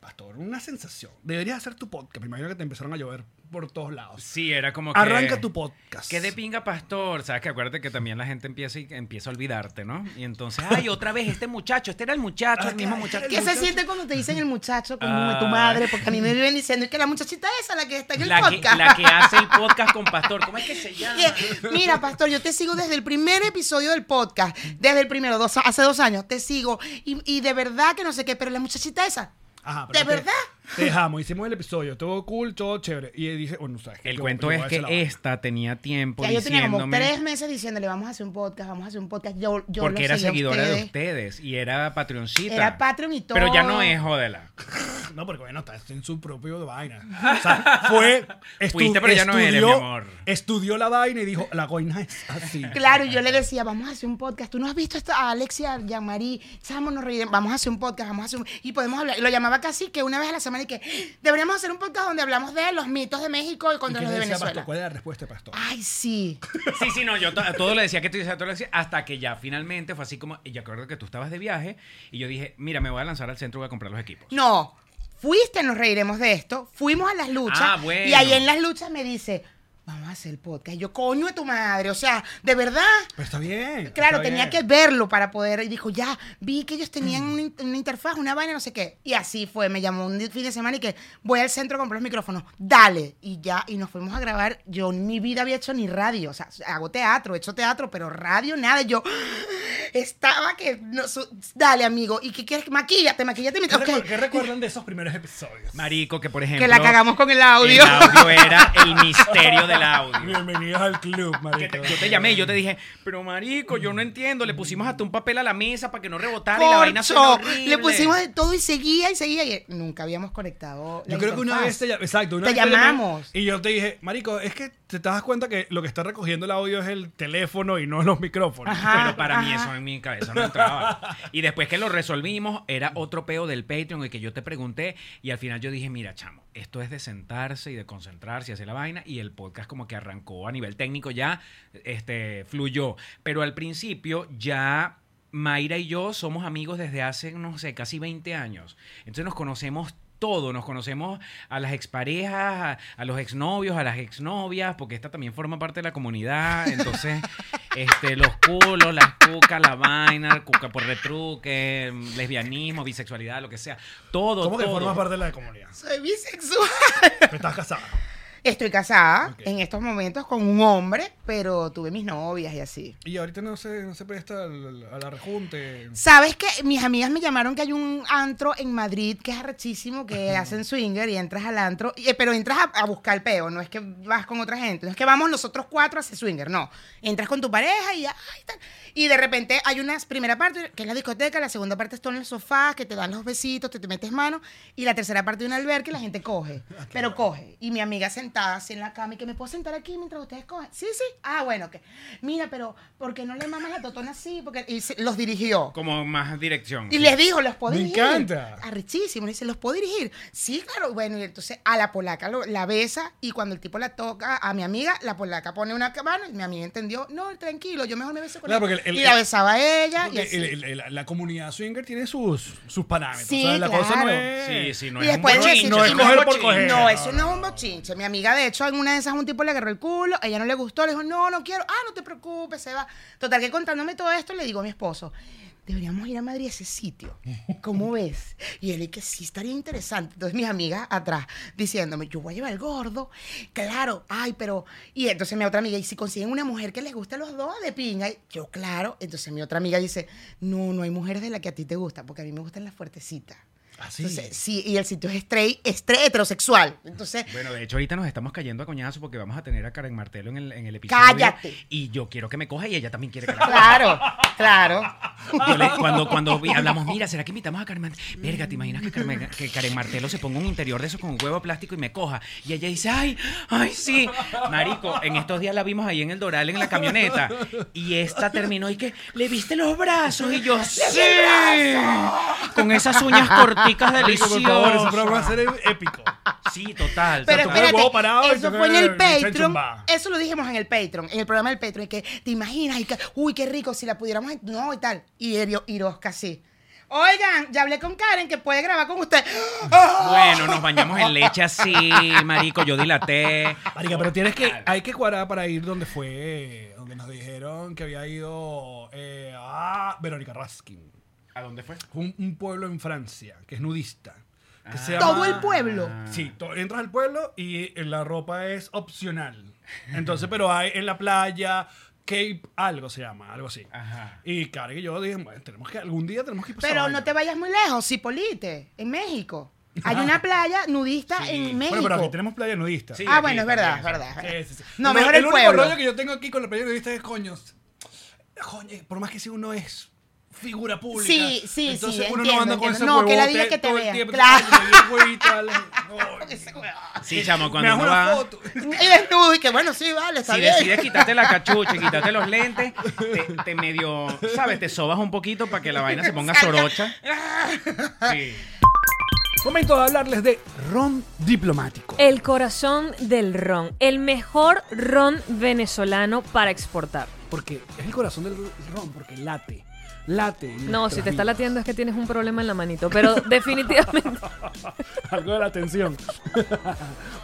[SPEAKER 3] Pastor, una sensación. Deberías hacer tu podcast. Me imagino que te empezaron a llover por todos lados.
[SPEAKER 4] Sí, era como que...
[SPEAKER 3] Arranca tu podcast.
[SPEAKER 4] Que de pinga pastor, sabes que acuérdate que también la gente empieza y empieza a olvidarte, ¿no? Y entonces, ay, otra vez este muchacho, este era el muchacho, el mismo muchacho.
[SPEAKER 5] Ah, ¿Qué se siente cuando te dicen el muchacho como
[SPEAKER 4] Ah.
[SPEAKER 5] tu madre? Porque a mí me viven diciendo es que la muchachita esa, la que está en el
[SPEAKER 4] La que,
[SPEAKER 5] podcast.
[SPEAKER 4] la que hace el podcast con pastor, ¿cómo es que se llama?
[SPEAKER 5] Que, Mira, pastor, yo te sigo desde el primer episodio del podcast, desde el primero, dos- hace dos años, te sigo. Y, y de verdad que no sé qué, pero la muchachita esa.
[SPEAKER 3] Ajá,
[SPEAKER 5] ¿De
[SPEAKER 3] te-
[SPEAKER 5] verdad?
[SPEAKER 3] Te dejamos, hicimos el episodio, todo cool, todo chévere. Y dije, bueno, sabes qué?
[SPEAKER 4] El
[SPEAKER 3] Yo-
[SPEAKER 4] cuento
[SPEAKER 3] yo
[SPEAKER 4] es
[SPEAKER 3] voy a
[SPEAKER 4] que
[SPEAKER 3] hacer la vaina.
[SPEAKER 4] esta tenía tiempo
[SPEAKER 5] Ya yo tenía como
[SPEAKER 4] diciéndome...
[SPEAKER 5] tres meses diciéndole, vamos a hacer un podcast, vamos a hacer un podcast. Yo, yo
[SPEAKER 4] porque
[SPEAKER 5] los
[SPEAKER 4] era
[SPEAKER 5] seguía a
[SPEAKER 4] seguidora de
[SPEAKER 5] ustedes.
[SPEAKER 4] ustedes y era patroncita.
[SPEAKER 5] Era Patreon y todo.
[SPEAKER 4] Pero ya no es, jódela.
[SPEAKER 3] No, porque bueno, está en su propio vaina. O sea, fue. estu-
[SPEAKER 4] Fuiste, pero ya no eres, mi amor.
[SPEAKER 3] Estudió la vaina y dijo, la vaina es así.
[SPEAKER 5] Claro, y yo le decía, vamos a hacer un podcast. Tú no has visto esta- a Alexia Yamari, Samo, nos reiremos. Vamos a hacer un podcast, vamos a hacer un. Y podemos hablar. Y lo llamaba casi que una vez a la semana y que deberíamos hacer un podcast donde hablamos de los mitos de México y
[SPEAKER 3] ¿Y
[SPEAKER 5] contra
[SPEAKER 3] qué
[SPEAKER 5] los
[SPEAKER 3] le
[SPEAKER 5] de
[SPEAKER 3] decía Pastor?
[SPEAKER 5] Venezuela.
[SPEAKER 3] ¿Cuál era la respuesta, de Pastor?
[SPEAKER 5] Ay, sí.
[SPEAKER 4] Sí, sí, no, yo to- todo le decía que tú decías, todo le decía, hasta que ya finalmente fue así como, y yo acuerdo que tú estabas de viaje y yo dije, mira, me voy a lanzar al centro, voy a comprar los equipos.
[SPEAKER 5] No. Fuiste, nos reiremos de esto. Fuimos a las luchas.
[SPEAKER 4] Ah, bueno.
[SPEAKER 5] Y ahí en las luchas me dice, vamos a hacer el podcast. Y yo, coño de tu madre. O sea, de verdad.
[SPEAKER 3] Pero está bien.
[SPEAKER 5] Claro,
[SPEAKER 3] está
[SPEAKER 5] tenía
[SPEAKER 3] bien.
[SPEAKER 5] que verlo para poder. Y dijo, ya, vi que ellos tenían una, in- una interfaz, una vaina, no sé qué. Y así fue. Me llamó un fin de semana y que voy al centro a comprar los micrófonos. Dale. Y ya, y nos fuimos a grabar. Yo en mi vida había hecho ni radio. O sea, hago teatro, he hecho teatro, pero radio nada. Yo estaba que. no, su- dale, amigo. ¿Y qué quieres? Maquillate, maquillate.
[SPEAKER 3] ¿Qué,
[SPEAKER 5] maquillate.
[SPEAKER 3] recu-
[SPEAKER 5] Ok.
[SPEAKER 3] qué recuerdan de esos primeros episodios?
[SPEAKER 4] Marico, que por ejemplo...
[SPEAKER 5] Que la cagamos con el audio.
[SPEAKER 4] El audio era el misterio de el audio.
[SPEAKER 3] Bienvenidos al club,
[SPEAKER 4] Que te-
[SPEAKER 3] marico.
[SPEAKER 4] yo te llamé y yo te dije, pero marico, yo no entiendo. Le pusimos hasta un papel a la mesa para que no rebotara y la vaina suena
[SPEAKER 5] Corcho.
[SPEAKER 4] horrible.
[SPEAKER 5] Le pusimos de todo y seguía y seguía. Y nunca habíamos conectado. la
[SPEAKER 3] Yo creo que una
[SPEAKER 5] interfaz.
[SPEAKER 3] vez te llamamos. Exacto, una
[SPEAKER 5] Te
[SPEAKER 3] vez llamé
[SPEAKER 5] llamamos.
[SPEAKER 3] y yo te dije, Marico, es que te das cuenta que lo que está recogiendo el audio es el teléfono y no los micrófonos.
[SPEAKER 5] Ajá,
[SPEAKER 4] pero para mí
[SPEAKER 5] ajá.
[SPEAKER 4] eso en mi cabeza no entraba. Y después que lo resolvimos, era otro peo del Patreon el que yo te pregunté y al final yo dije, mira, chamo, esto es de sentarse y de concentrarse y hacer la vaina y el podcast como que arrancó a nivel técnico ya, este, fluyó. Pero al principio ya... Mayra y yo somos amigos desde hace, no sé, casi 20 años. Entonces nos conocemos todo, nos conocemos a las exparejas, a, a los exnovios, a las exnovias, porque esta también forma parte de la comunidad. Entonces, este, los culos, las cucas, la vaina, cuca por retruque, lesbianismo, bisexualidad, lo que sea. Todo,
[SPEAKER 3] ¿Cómo que
[SPEAKER 4] todo.
[SPEAKER 3] formas parte de la comunidad?
[SPEAKER 5] Soy bisexual.
[SPEAKER 3] Estás casada.
[SPEAKER 5] Estoy casada
[SPEAKER 3] Ok.
[SPEAKER 5] en estos momentos con un hombre, pero tuve mis novias y así.
[SPEAKER 3] Y ahorita no se, no se presta al, al- a la rejunte.
[SPEAKER 5] ¿Sabes que Mis amigas me llamaron que hay un antro en Madrid que es arrechísimo, que hacen swinger y entras al antro, y- eh, pero entras a, a buscar el peo, no es que vas con otra gente, no es que vamos nosotros cuatro a hacer swinger, no. Entras con tu pareja y, ay, tal. y de repente hay una primera parte que es la discoteca, la segunda parte está en el sofá, que te dan los besitos, te, te metes mano, y la tercera parte de un albergue y la gente coge, pero coge. Y mi amiga sentada así en la cama y que me puedo sentar aquí mientras ustedes cogen. Sí, sí. Ah, bueno, que mira, pero ¿por qué no le mamas la totona así? Porque, y se- los dirigió.
[SPEAKER 4] Como más dirección.
[SPEAKER 5] Y les dijo, ¿los puedo
[SPEAKER 3] Me
[SPEAKER 5] dirigir?
[SPEAKER 3] encanta.
[SPEAKER 5] Arrechísimo. Le dice, ¿los puedo dirigir? Sí, claro. Bueno, y entonces a la polaca lo- la besa y cuando el tipo la toca a mi amiga, la polaca pone una mano y mi amiga entendió, no, tranquilo, yo mejor me beso con
[SPEAKER 3] Claro,
[SPEAKER 5] él.
[SPEAKER 3] porque el- el-
[SPEAKER 5] y la besaba a ella. Y,
[SPEAKER 3] Porque
[SPEAKER 5] así.
[SPEAKER 3] el- el- la- la comunidad swinger tiene sus, sus parámetros.
[SPEAKER 5] Sí,
[SPEAKER 3] o sea, la cosa no
[SPEAKER 5] claro.
[SPEAKER 4] Sí,
[SPEAKER 3] es.
[SPEAKER 4] sí, no
[SPEAKER 5] Y
[SPEAKER 4] es un
[SPEAKER 5] después
[SPEAKER 3] bochinche,
[SPEAKER 5] dice,
[SPEAKER 3] no es
[SPEAKER 5] "Eso
[SPEAKER 3] coger
[SPEAKER 5] un
[SPEAKER 3] por
[SPEAKER 5] bochinche".
[SPEAKER 3] coger.
[SPEAKER 5] No, eso no es un bochinche. Mi amiga, de hecho, en una de esas un tipo le agarró el culo, ella no le gustó, le dijo, no, no quiero, ah, no te preocupes, se va. Total, que contándome todo esto, le digo a mi esposo, deberíamos ir a Madrid a ese sitio. ¿Cómo ves? Y él, y que sí, estaría interesante. Entonces, mis amigas atrás, diciéndome, yo voy a llevar el gordo. Claro, ay, pero... Y entonces mi otra amiga, y si consiguen una mujer que les guste a los dos, de pinga. Y yo, claro. Entonces mi otra amiga dice, no, no hay mujeres de la que a ti te gusta, porque a mí me gustan las fuertecitas.
[SPEAKER 3] Así.
[SPEAKER 5] Entonces, sí, y el sitio es straight, straight heterosexual. Entonces,
[SPEAKER 4] Bueno, de hecho, ahorita nos estamos cayendo a coñazo porque vamos a tener a Karen Martelo en el, en el episodio.
[SPEAKER 5] ¡Cállate!
[SPEAKER 4] Y yo quiero que me coja y ella también quiere que la coja.
[SPEAKER 5] claro, claro.
[SPEAKER 4] Yo le- cuando cuando vi- hablamos, mira, ¿será que invitamos a Carmen? Verga, ¿te imaginas que Carmen, que Karen Martelo se ponga un interior de eso con un huevo plástico y me coja? Y ella dice, ay, ay, sí. Marico, en estos días la vimos ahí en el Doral, en la camioneta. Y esta terminó y que, ¿le viste los brazos? Y yo, sí. Con esas uñas corticas
[SPEAKER 3] Marico, por favor, ese
[SPEAKER 4] deliciosas.
[SPEAKER 3] programa va a ser épico.
[SPEAKER 4] Sí, total.
[SPEAKER 5] Pero
[SPEAKER 4] total.
[SPEAKER 3] Tocar el
[SPEAKER 5] espérate,
[SPEAKER 3] huevo parado y
[SPEAKER 5] eso
[SPEAKER 3] tocar
[SPEAKER 5] fue en
[SPEAKER 3] el-
[SPEAKER 5] el
[SPEAKER 3] el chancho
[SPEAKER 5] Patreon.
[SPEAKER 3] zumbá.
[SPEAKER 5] Eso lo dijimos en el Patreon, en el programa del Patreon, que te imaginas, y que, uy, qué rico, si la pudiéramos, no, y tal. Y Erio- Iroska sí. Oigan, ya hablé con Karen que puede grabar con usted. ¡Ah!
[SPEAKER 4] Bueno, nos bañamos en leche así, marico. Yo dilaté.
[SPEAKER 3] Marica, pero tienes que. Hay que cuadrar para ir donde fue. Donde nos dijeron que había ido. eh, a Verónica Raskin.
[SPEAKER 4] ¿A dónde fue?
[SPEAKER 3] Un, un pueblo en Francia que es nudista. que se llama-
[SPEAKER 5] Todo el pueblo.
[SPEAKER 3] Sí, to- entras al pueblo y eh, la ropa es opcional. Entonces, pero hay en la playa, Cape, algo se llama, algo así.
[SPEAKER 4] Ajá.
[SPEAKER 3] Y claro, y yo dije, bueno, tenemos que, algún día tenemos que ir para esa
[SPEAKER 5] Pero
[SPEAKER 3] vaina.
[SPEAKER 5] no te vayas muy lejos, Cipolite, en México. Hay una playa nudista
[SPEAKER 4] Sí.
[SPEAKER 5] en México.
[SPEAKER 3] Bueno, pero aquí tenemos playa nudista.
[SPEAKER 4] Sí,
[SPEAKER 5] ah,
[SPEAKER 4] aquí
[SPEAKER 5] bueno, es
[SPEAKER 4] también,
[SPEAKER 5] verdad, es
[SPEAKER 4] sí.
[SPEAKER 5] verdad. es verdad.
[SPEAKER 3] Sí, sí, sí.
[SPEAKER 5] No,
[SPEAKER 3] Lo-
[SPEAKER 5] mejor
[SPEAKER 3] el
[SPEAKER 5] el, pueblo.
[SPEAKER 3] único rollo que yo tengo aquí con la playa nudista es coños. Coño, por más que si uno es figura pública.
[SPEAKER 5] Sí, sí,
[SPEAKER 3] entonces
[SPEAKER 5] sí,
[SPEAKER 3] uno
[SPEAKER 5] entiendo,
[SPEAKER 3] no anda con
[SPEAKER 5] entiendo.
[SPEAKER 3] ese
[SPEAKER 5] No, que la
[SPEAKER 3] huevote
[SPEAKER 5] diga que te
[SPEAKER 3] todo el
[SPEAKER 5] vean.
[SPEAKER 3] tiempo,
[SPEAKER 5] Claro.
[SPEAKER 3] coño, el huevito al- Ay,
[SPEAKER 5] Ese huevón.
[SPEAKER 4] Sí, chamo,
[SPEAKER 3] Me
[SPEAKER 4] cuando
[SPEAKER 3] hago
[SPEAKER 4] uno
[SPEAKER 3] una
[SPEAKER 4] va.
[SPEAKER 3] foto.
[SPEAKER 5] Y desnudo, y que bueno, sí, vale, está
[SPEAKER 4] Si
[SPEAKER 5] bien.
[SPEAKER 4] decides quitarte la cachucha y quitarte los lentes, te, te medio, ¿sabes? Te sobas un poquito para que la vaina se ponga sorocha. Sí.
[SPEAKER 3] Momento de hablarles de ron diplomático.
[SPEAKER 6] El corazón del ron, el mejor ron venezolano para exportar.
[SPEAKER 3] Porque es el corazón del ron, porque late. Late. en
[SPEAKER 6] No,
[SPEAKER 3] nuestras
[SPEAKER 6] si te está
[SPEAKER 3] vidas.
[SPEAKER 6] latiendo es que tienes un problema en la manito, pero definitivamente
[SPEAKER 3] Algo de la atención.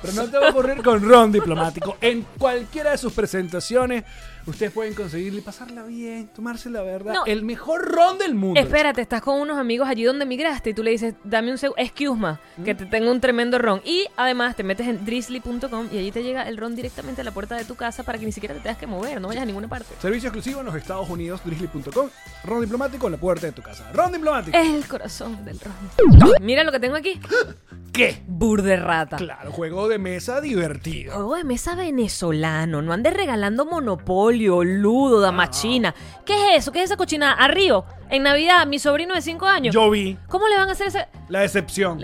[SPEAKER 3] Pero no te va a ocurrir con ron diplomático. En cualquiera de sus presentaciones, ustedes pueden conseguirle, pasarla bien, tomarse la verdad.
[SPEAKER 6] No.
[SPEAKER 3] El mejor ron del mundo.
[SPEAKER 6] Espérate, estás con unos amigos allí donde migraste y tú le dices, dame un segundo, excuse me, que te tengo un tremendo ron. Y además te metes en drizzly.com y allí te llega el ron directamente a la puerta de tu casa para que ni siquiera te tengas que mover, no vayas a ninguna parte.
[SPEAKER 3] Servicio exclusivo en los Estados Unidos, drizzly.com, ron diplomático en la puerta de tu casa. Ron diplomático.
[SPEAKER 6] Es el corazón del ron. Mira lo que tengo aquí.
[SPEAKER 3] ¿Qué?
[SPEAKER 6] Burderrata.
[SPEAKER 3] Claro, juego de mesa divertido.
[SPEAKER 6] Juego Oh, de mesa venezolano. No andes regalando monopolio, ludo, damachina. ¿Qué es eso? ¿Qué es esa cochinada? Arriba, en Navidad, mi sobrino de 5 años.
[SPEAKER 3] Yo vi
[SPEAKER 6] ¿Cómo le van a hacer ese...?
[SPEAKER 3] la decepción.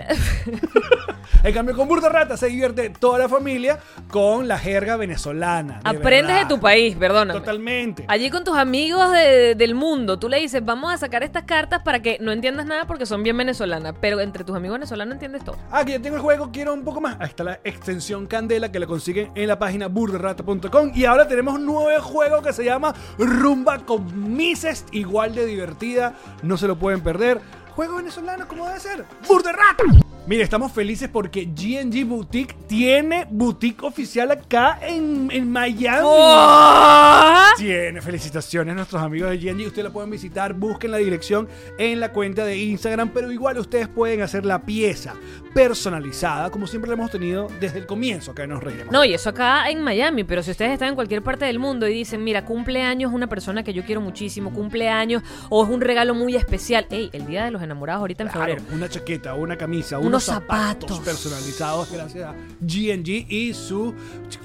[SPEAKER 3] en cambio, con Burda Rata se divierte toda la familia con la jerga venezolana. de
[SPEAKER 6] Aprendes de
[SPEAKER 3] verdad.
[SPEAKER 6] tu país, perdóname.
[SPEAKER 3] Totalmente.
[SPEAKER 6] Allí con tus amigos de- del mundo, tú le dices, vamos a sacar estas cartas para que no entiendas nada porque son bien venezolanas, pero entre tus amigos venezolanos entiendes todo.
[SPEAKER 3] Ah, que ya tengo el juego, quiero un poco más. Ahí está la extensión Candela que la consiguen en la página burderrata.com. Y ahora tenemos un nuevo juego que se llama Rumba con Mises, igual de divertida, no se lo pueden perder. Juego venezolano, como debe ser. ¡Burderrata! Mire, estamos felices porque GNG Boutique tiene boutique oficial acá en, en Miami. Tiene felicitaciones a nuestros amigos de G&G. Ustedes la pueden visitar, busquen la dirección en la cuenta de Instagram, pero igual ustedes pueden hacer la pieza personalizada, como siempre la hemos tenido desde el comienzo, acá nos reiremos.
[SPEAKER 6] No, y eso acá en Miami, pero si ustedes están en cualquier parte del mundo y dicen, mira, cumpleaños una persona que yo quiero muchísimo, cumpleaños o es un regalo muy especial, ey, el Día de los Enamorados ahorita en
[SPEAKER 3] Claro,
[SPEAKER 6] febrero.
[SPEAKER 3] una chaqueta, una camisa, unos,
[SPEAKER 6] Unos
[SPEAKER 3] zapatos.
[SPEAKER 6] zapatos.
[SPEAKER 3] personalizados gracias a GNG y su,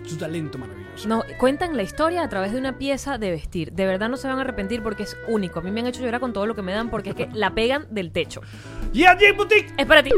[SPEAKER 3] su talento maravilloso.
[SPEAKER 6] No, cuentan la historia a través de una pieza de vestir. De verdad no se van a arrepentir porque es único. A mí me han hecho llorar con todo lo que me dan porque es que la pegan del techo.
[SPEAKER 3] G&G Boutique.
[SPEAKER 6] Es para ti.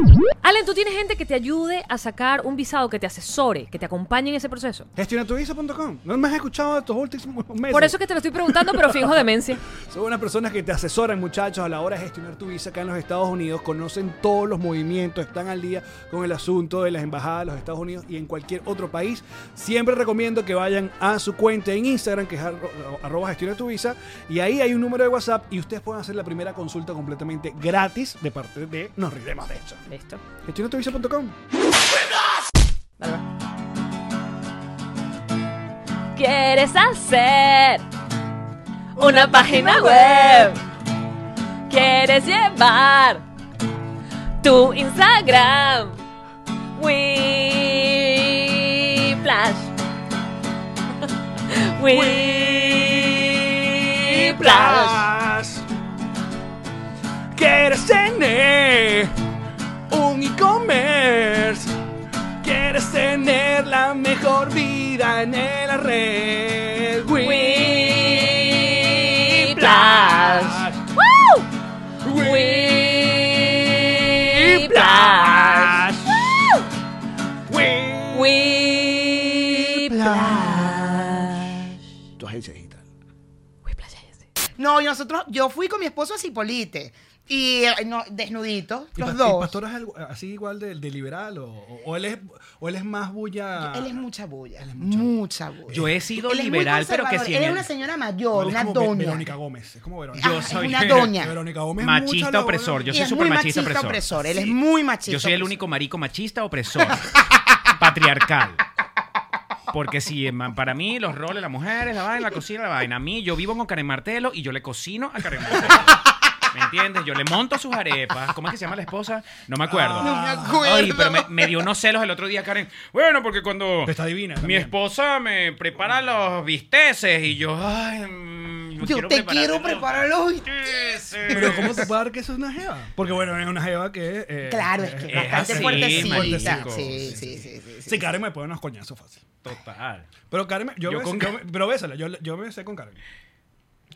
[SPEAKER 6] Allen, tú tienes gente que te ayude a sacar un visado, que te asesore, que te acompañe en ese proceso.
[SPEAKER 3] Gestionatuvisa.com. No me has escuchado de estos últimos meses.
[SPEAKER 6] Por eso que te lo estoy preguntando, pero finjo demencia.
[SPEAKER 3] Son unas personas que te asesoran, muchachos, a la hora de gestionar tu visa acá en los Estados Unidos. Conocen todos los movimientos, están al día con el asunto de las embajadas de los Estados Unidos y en cualquier otro país. Siempre recomiendo que vayan a su cuenta en Instagram, que es arro- arroba gestiona tu visa, y ahí hay un número de WhatsApp y ustedes pueden hacer la primera consulta completamente gratis de parte de Nos Riremos de hecho.
[SPEAKER 6] Listo.
[SPEAKER 3] Gestionatuvisa.com.
[SPEAKER 6] Dale, va. ¿Quieres hacer una página web? ¿Quieres llevar tu Instagram? Whiplash. Whiplash.
[SPEAKER 3] Plus. Quieres tener un e-commerce. Quieres tener la mejor vida en la red.
[SPEAKER 6] Whiplash. Whiplash.
[SPEAKER 3] Tu agencia digital.
[SPEAKER 5] No, y nosotros, yo fui con mi esposo a Cipolite. Y eh, no, desnuditos, los dos.
[SPEAKER 3] pastor es algo- así igual de, de liberal o, o- o él es, o él es más bulla?
[SPEAKER 5] Él es mucha bulla. mucha, bulla.
[SPEAKER 4] Yo he sido
[SPEAKER 5] Él es muy
[SPEAKER 4] liberal, pero que
[SPEAKER 5] conservador,
[SPEAKER 4] sí. en
[SPEAKER 5] Él es
[SPEAKER 4] el-
[SPEAKER 5] una señora
[SPEAKER 3] O
[SPEAKER 5] mayor,
[SPEAKER 3] él es
[SPEAKER 5] una
[SPEAKER 3] como Ve-
[SPEAKER 5] doña.
[SPEAKER 3] Verónica Gómez. Es como Verónica.
[SPEAKER 4] Yo
[SPEAKER 5] Ajá, es
[SPEAKER 4] soy-
[SPEAKER 5] una doña.
[SPEAKER 3] Verónica Gómez. es mucha
[SPEAKER 4] Machista
[SPEAKER 3] labor.
[SPEAKER 4] opresor. Yo
[SPEAKER 5] Y
[SPEAKER 4] soy
[SPEAKER 5] es
[SPEAKER 4] súper
[SPEAKER 5] muy
[SPEAKER 4] machista
[SPEAKER 5] machista
[SPEAKER 4] opresor.
[SPEAKER 5] opresor, él es muy machista
[SPEAKER 4] Yo soy el
[SPEAKER 5] opresor.
[SPEAKER 4] único marico machista opresor. patriarcal. Porque si eh, ma- para mí los roles, las mujeres, la vaina, la cocina, la vaina. A mí yo vivo con Karen Martelo y yo le cocino a Karen Martelo. ¿Me entiendes? Yo le monto sus arepas. ¿Cómo es que se llama la esposa? No me acuerdo.
[SPEAKER 5] Ah, No me acuerdo.
[SPEAKER 4] Ay, pero me, me dio unos celos el otro día, Karen. Bueno, porque cuando
[SPEAKER 3] Pero está divina
[SPEAKER 4] mi
[SPEAKER 3] también.
[SPEAKER 4] esposa me prepara los bisteces y yo, ay, mm,
[SPEAKER 5] Yo te quiero preparar los
[SPEAKER 4] Eh, bisteces.
[SPEAKER 3] Pero ¿cómo te puede dar que eso es una jeva? Porque bueno, es una jeva que... eh, ah,
[SPEAKER 5] Claro, es que
[SPEAKER 4] Es
[SPEAKER 5] bastante
[SPEAKER 4] así,
[SPEAKER 5] fuertecita.
[SPEAKER 4] marico.
[SPEAKER 5] Sí, sí, sí, sí, sí.
[SPEAKER 3] Sí, Karen me pone unos coñazos fácil.
[SPEAKER 4] Total.
[SPEAKER 3] Pero Karen, me- yo,
[SPEAKER 4] Yo
[SPEAKER 3] besé-
[SPEAKER 4] con
[SPEAKER 3] yo
[SPEAKER 4] Karen-
[SPEAKER 3] me- pero bésala, yo, yo me besé con Karen.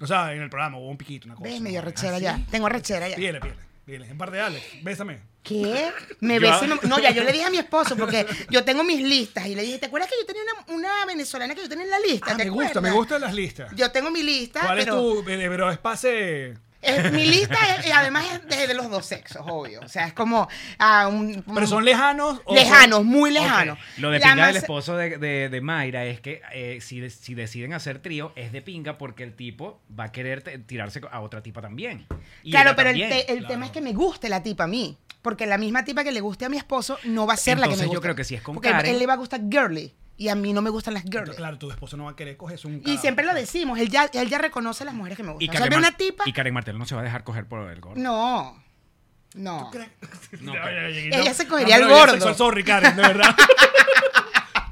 [SPEAKER 3] O sea, en el programa hubo un piquito, una cosa. ¿Ah,
[SPEAKER 5] Ves, medio rechera ya. Tengo rechera ya.
[SPEAKER 3] Pídele, pídele, pídele. En parte de Alex, bésame.
[SPEAKER 5] ¿Qué?
[SPEAKER 4] Yo-
[SPEAKER 5] Me besé. No, ya yo le dije a mi esposo, porque yo tengo mis listas. Y le dije, ¿te acuerdas que yo tenía una, una venezolana que yo tenía en la lista?
[SPEAKER 3] Ah,
[SPEAKER 5] ¿Te
[SPEAKER 3] me gusta,
[SPEAKER 5] acuerdas?
[SPEAKER 3] me gustan las listas.
[SPEAKER 5] Yo tengo mi lista,
[SPEAKER 3] ¿Cuál
[SPEAKER 5] pero.
[SPEAKER 3] es tu... eh, Pero es pase...
[SPEAKER 5] Eh, mi lista es, eh, además es de, de los dos sexos, obvio. O sea, es como. ah, un-
[SPEAKER 3] ¿Pero son lejanos o son-
[SPEAKER 5] lejanos, muy lejanos.
[SPEAKER 4] Ok. Lo de
[SPEAKER 5] La
[SPEAKER 4] pinga del
[SPEAKER 5] más-
[SPEAKER 4] esposo de, de- de Mayra es que eh, si, de- si deciden hacer trío, es de pinga porque el tipo va a querer te- tirarse a otra tipa también. Y
[SPEAKER 5] Claro,
[SPEAKER 4] ella
[SPEAKER 5] pero el,
[SPEAKER 4] también.
[SPEAKER 5] te- el tema es que me guste la tipa a mí. Porque la misma tipa que le guste a mi esposo no va a ser la que
[SPEAKER 4] Entonces,
[SPEAKER 5] me
[SPEAKER 4] yo
[SPEAKER 5] guste.
[SPEAKER 4] creo que si es con
[SPEAKER 5] Porque a
[SPEAKER 4] Karen-
[SPEAKER 5] él le va a gustar girly. Y a mí no me gustan las girly.
[SPEAKER 3] Claro, tu esposo no va a querer cogerse un...
[SPEAKER 5] Y
[SPEAKER 3] cadáver.
[SPEAKER 5] siempre lo decimos. Él ya, él ya reconoce las mujeres que me
[SPEAKER 4] Y
[SPEAKER 5] gustan. O sea,
[SPEAKER 4] Karen,
[SPEAKER 5] ve
[SPEAKER 4] Mar-
[SPEAKER 5] una tipa.
[SPEAKER 4] y Karen Martel no se va a dejar coger por el gordo.
[SPEAKER 5] No.
[SPEAKER 3] No,
[SPEAKER 5] No.
[SPEAKER 4] No, pero-
[SPEAKER 3] oye, oye,
[SPEAKER 5] Ella
[SPEAKER 3] no,
[SPEAKER 5] se cogería
[SPEAKER 3] no, Ah,
[SPEAKER 5] al
[SPEAKER 3] pero ella
[SPEAKER 5] gordo.
[SPEAKER 3] sexual, sorry, Karen, de verdad.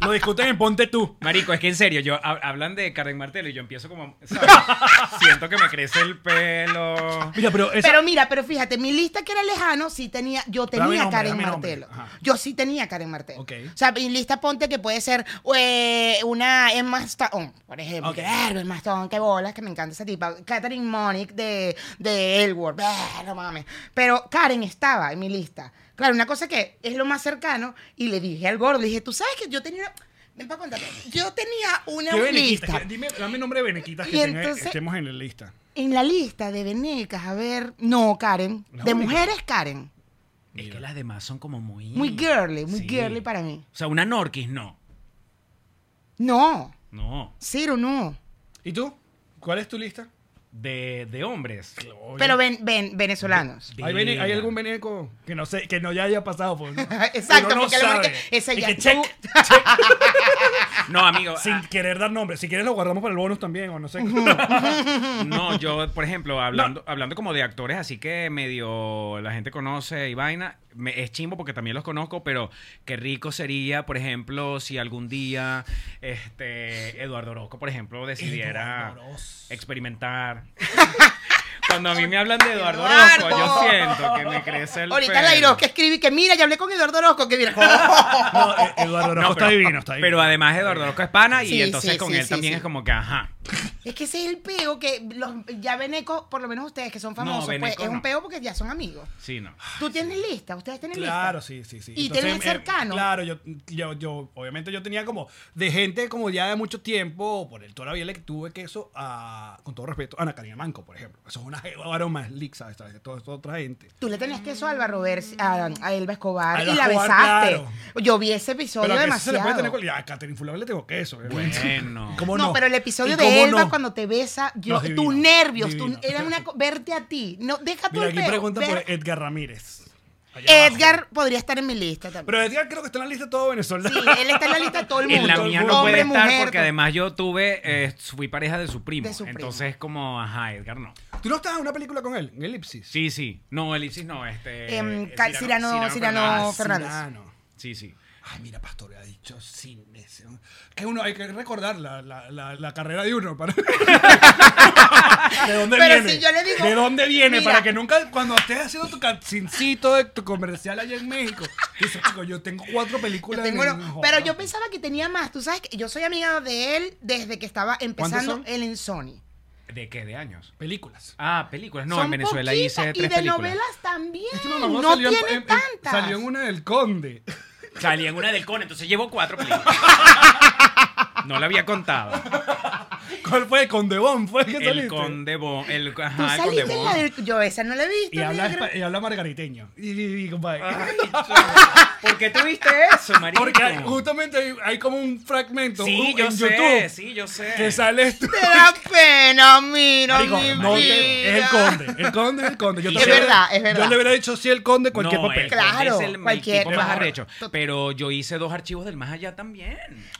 [SPEAKER 3] Lo discuten en Ponte tú.
[SPEAKER 4] Marico, es que en serio, yo hab- hablan de Karen Martelo y yo empiezo como. ¿sabes? Siento que me crece el pelo.
[SPEAKER 3] Mira, pero esa-
[SPEAKER 5] Pero mira, pero fíjate, mi lista que era lejano, sí tenía, yo
[SPEAKER 3] Pero dame
[SPEAKER 5] tenía
[SPEAKER 3] nombre,
[SPEAKER 5] Karen
[SPEAKER 3] dame nombre.
[SPEAKER 5] Martelo.
[SPEAKER 3] Ajá.
[SPEAKER 5] Yo sí tenía Karen Martelo.
[SPEAKER 3] Ok.
[SPEAKER 5] O sea, mi lista ponte que puede ser eh, una Emma Stone, por ejemplo.
[SPEAKER 3] Ok.
[SPEAKER 5] Que, verga, Emma Stone, qué bolas, que me encanta esa tipa. Catherine Monick de, de Elwood, verga, no mames. Pero Karen estaba en mi lista. Claro, una cosa que es lo más cercano, y le dije al gordo, le dije, tú sabes que yo tenía una... Ven para contarte. Yo tenía una
[SPEAKER 3] ¿qué benequitas?
[SPEAKER 5] lista.
[SPEAKER 3] ¿Qué- Dime, dame nombre de benequitas que
[SPEAKER 5] Y
[SPEAKER 3] tenga-
[SPEAKER 5] entonces-
[SPEAKER 3] estemos en la lista.
[SPEAKER 5] En la lista de Benecas, a ver. No, Karen.
[SPEAKER 3] La
[SPEAKER 5] de
[SPEAKER 3] única.
[SPEAKER 5] mujeres, Karen.
[SPEAKER 4] Es que las demás son como muy.
[SPEAKER 3] Mm,
[SPEAKER 5] Muy girly, muy
[SPEAKER 4] Sí.
[SPEAKER 5] girly para mí.
[SPEAKER 4] O sea, una Norquis no.
[SPEAKER 5] No,
[SPEAKER 4] No.
[SPEAKER 5] cero no.
[SPEAKER 3] ¿Y tú? ¿Cuál es tu lista?
[SPEAKER 4] De, de hombres.
[SPEAKER 5] Pero ven, ven, venezolanos.
[SPEAKER 3] ¿Hay, bene- hay algún veneco que no sé, que no ya haya pasado? Pues, ¿no? Uno
[SPEAKER 5] Exacto,
[SPEAKER 3] no
[SPEAKER 5] porque la verdad
[SPEAKER 3] sabe.
[SPEAKER 5] que ese
[SPEAKER 3] Y
[SPEAKER 5] ya
[SPEAKER 3] que
[SPEAKER 5] tú-
[SPEAKER 3] check,
[SPEAKER 4] No, amigo.
[SPEAKER 3] sin
[SPEAKER 4] ah,
[SPEAKER 3] querer dar nombre. Si quieres lo guardamos para el bonus también o no sé.
[SPEAKER 4] no, yo, por ejemplo, hablando, hablando como de actores, así que medio la gente conoce y vaina, me- es chimbo porque también los conozco, pero qué rico sería, por ejemplo, si algún día este Eduardo Orozco, por ejemplo, decidiera
[SPEAKER 3] Eduardo Orozco.
[SPEAKER 4] experimentar. Cuando a mí me hablan de Eduardo
[SPEAKER 5] Eduardo.
[SPEAKER 4] Orozco, yo siento que me crece el
[SPEAKER 5] Ahorita la
[SPEAKER 4] pelo.
[SPEAKER 5] Iroz que escribí que mira, ya hablé con Eduardo Orozco, que mira.
[SPEAKER 3] No, eh, Eduardo Orozco
[SPEAKER 4] No,
[SPEAKER 3] está divino, está divino.
[SPEAKER 4] Pero además Eduardo Orozco es pana y
[SPEAKER 5] Sí,
[SPEAKER 4] entonces
[SPEAKER 5] sí,
[SPEAKER 4] con
[SPEAKER 5] sí,
[SPEAKER 4] él
[SPEAKER 5] sí,
[SPEAKER 4] también
[SPEAKER 5] sí.
[SPEAKER 4] es como que, ajá.
[SPEAKER 5] es que ese es el peo que los ya venecos, por lo menos ustedes que son famosos, pues
[SPEAKER 4] veneco
[SPEAKER 5] es
[SPEAKER 4] no.
[SPEAKER 5] un peo porque ya son amigos.
[SPEAKER 4] Sí, no.
[SPEAKER 5] Tú tienes lista, ustedes tienen
[SPEAKER 3] Claro,
[SPEAKER 5] lista.
[SPEAKER 3] sí, sí, sí.
[SPEAKER 5] Y te ves
[SPEAKER 3] eh,
[SPEAKER 5] cercano.
[SPEAKER 3] claro, yo, yo, yo, obviamente yo tenía como de gente como ya de mucho tiempo, por el toda la vida que tuve que eso, a, con todo respeto, Ana Karina Manco, por ejemplo. Eso es una jeva varón más leak, ¿sabes? Tras de Toda esta otra gente.
[SPEAKER 5] Tú le tenías queso a Alba Roberts, a, a Elba Escobar,
[SPEAKER 3] A Elba
[SPEAKER 5] y la
[SPEAKER 3] Escobar,
[SPEAKER 5] besaste.
[SPEAKER 3] claro.
[SPEAKER 5] Yo vi ese episodio
[SPEAKER 3] Pero a veces se le
[SPEAKER 5] demasiado.
[SPEAKER 3] puede tener cualidad. A Catherine Fulano le tengo queso. obviamente.
[SPEAKER 4] Bueno.
[SPEAKER 3] ¿Cómo
[SPEAKER 5] No, pero el episodio
[SPEAKER 3] ¿Y cómo
[SPEAKER 5] de Elba
[SPEAKER 3] no?
[SPEAKER 5] cuando te besa, yo,
[SPEAKER 3] No, es divino,
[SPEAKER 5] tus nervios, tú-
[SPEAKER 3] divino.
[SPEAKER 5] era una co- verte a ti. No, deja tú
[SPEAKER 3] Mira,
[SPEAKER 5] el
[SPEAKER 3] aquí
[SPEAKER 5] peo,
[SPEAKER 3] pregunta por
[SPEAKER 5] ver-
[SPEAKER 3] Edgar Ramírez. Allá abajo.
[SPEAKER 5] Edgar podría estar en mi lista también.
[SPEAKER 3] Pero Edgar creo que está en la lista de todo Venezuela.
[SPEAKER 5] sí, él está en la lista de todo el mundo.
[SPEAKER 4] En la
[SPEAKER 3] Todo el
[SPEAKER 4] mía
[SPEAKER 3] mundo.
[SPEAKER 4] no puede
[SPEAKER 5] Hombre,
[SPEAKER 4] estar
[SPEAKER 5] mujer,
[SPEAKER 4] porque
[SPEAKER 5] todo.
[SPEAKER 4] además yo tuve, eh, fui pareja de su primo.
[SPEAKER 5] De su primo.
[SPEAKER 4] entonces como, ajá, Edgar no.
[SPEAKER 3] ¿Tú no estabas en una película con él? En Elipsis.
[SPEAKER 4] Sí, sí. No, Elipsis no, este...
[SPEAKER 5] Em,
[SPEAKER 4] eh,
[SPEAKER 5] Ca- Cirano- Cirano
[SPEAKER 4] Fernández.
[SPEAKER 5] Fernández.
[SPEAKER 3] Cirano.
[SPEAKER 4] Sí, sí.
[SPEAKER 3] Ay, mira, Pastor, ha dicho cine. ¿no? Que uno hay que recordar la, la, la, la carrera de uno. Para... ¿De dónde
[SPEAKER 5] Pero
[SPEAKER 3] viene?
[SPEAKER 5] si yo le digo,
[SPEAKER 3] ¿De dónde viene?
[SPEAKER 5] mira.
[SPEAKER 3] Para que nunca, cuando estés haciendo tu cancincito de tu comercial allá en México, dices, chico, yo tengo cuatro
[SPEAKER 5] Yo
[SPEAKER 3] películas.
[SPEAKER 5] tengo
[SPEAKER 3] en-
[SPEAKER 5] uno-
[SPEAKER 3] joda".
[SPEAKER 5] pero yo pensaba que tenía más. Tú sabes que yo soy amiga de él desde que estaba empezando
[SPEAKER 3] son?
[SPEAKER 5] él en Sony.
[SPEAKER 4] ¿De qué? ¿De años?
[SPEAKER 3] Películas.
[SPEAKER 4] Ah, películas. No,
[SPEAKER 5] Son
[SPEAKER 4] en Venezuela
[SPEAKER 5] poquitas,
[SPEAKER 4] hice
[SPEAKER 5] Y de
[SPEAKER 4] tres películas.
[SPEAKER 5] novelas también.
[SPEAKER 3] Este
[SPEAKER 5] No,
[SPEAKER 3] mamá
[SPEAKER 5] tiene
[SPEAKER 3] en- en-
[SPEAKER 5] tantas.
[SPEAKER 3] salió en una del Conde.
[SPEAKER 4] Salí en una del con, entonces llevo cuatro películas. No la había contado.
[SPEAKER 3] ¿Cuál fue? El Conde Bon fue el que
[SPEAKER 4] El
[SPEAKER 3] saliste.
[SPEAKER 4] Conde Bon. El,
[SPEAKER 5] Tú
[SPEAKER 4] ajá, el Conde
[SPEAKER 5] saliste en la
[SPEAKER 4] Bon.
[SPEAKER 5] del... Yo esa no la he visto.
[SPEAKER 3] Y habla,
[SPEAKER 5] negro.
[SPEAKER 3] espa- y habla margariteño. Y, y- y, compadre.
[SPEAKER 4] Ay, chamo, ¿Por qué tuviste eso, marico?
[SPEAKER 3] Porque hay- justamente hay, hay como un fragmento
[SPEAKER 4] Sí,
[SPEAKER 3] uh,
[SPEAKER 4] yo
[SPEAKER 3] en
[SPEAKER 4] sé,
[SPEAKER 3] YouTube
[SPEAKER 4] sí, yo sé.
[SPEAKER 3] que sales tú.
[SPEAKER 5] Te da pena, mira,
[SPEAKER 3] Marico,
[SPEAKER 5] mi
[SPEAKER 3] no te-
[SPEAKER 5] vida.
[SPEAKER 3] es el conde. El conde es el conde. Yo
[SPEAKER 5] Es
[SPEAKER 3] también-
[SPEAKER 5] verdad, es verdad.
[SPEAKER 3] Yo le hubiera dicho sí el conde cualquier
[SPEAKER 4] No,
[SPEAKER 3] papel.
[SPEAKER 4] el
[SPEAKER 5] Claro,
[SPEAKER 4] Conde es el, el
[SPEAKER 5] cualquier-
[SPEAKER 4] tipo más
[SPEAKER 5] claro.
[SPEAKER 4] arrecho. Pero yo hice dos archivos del más allá también.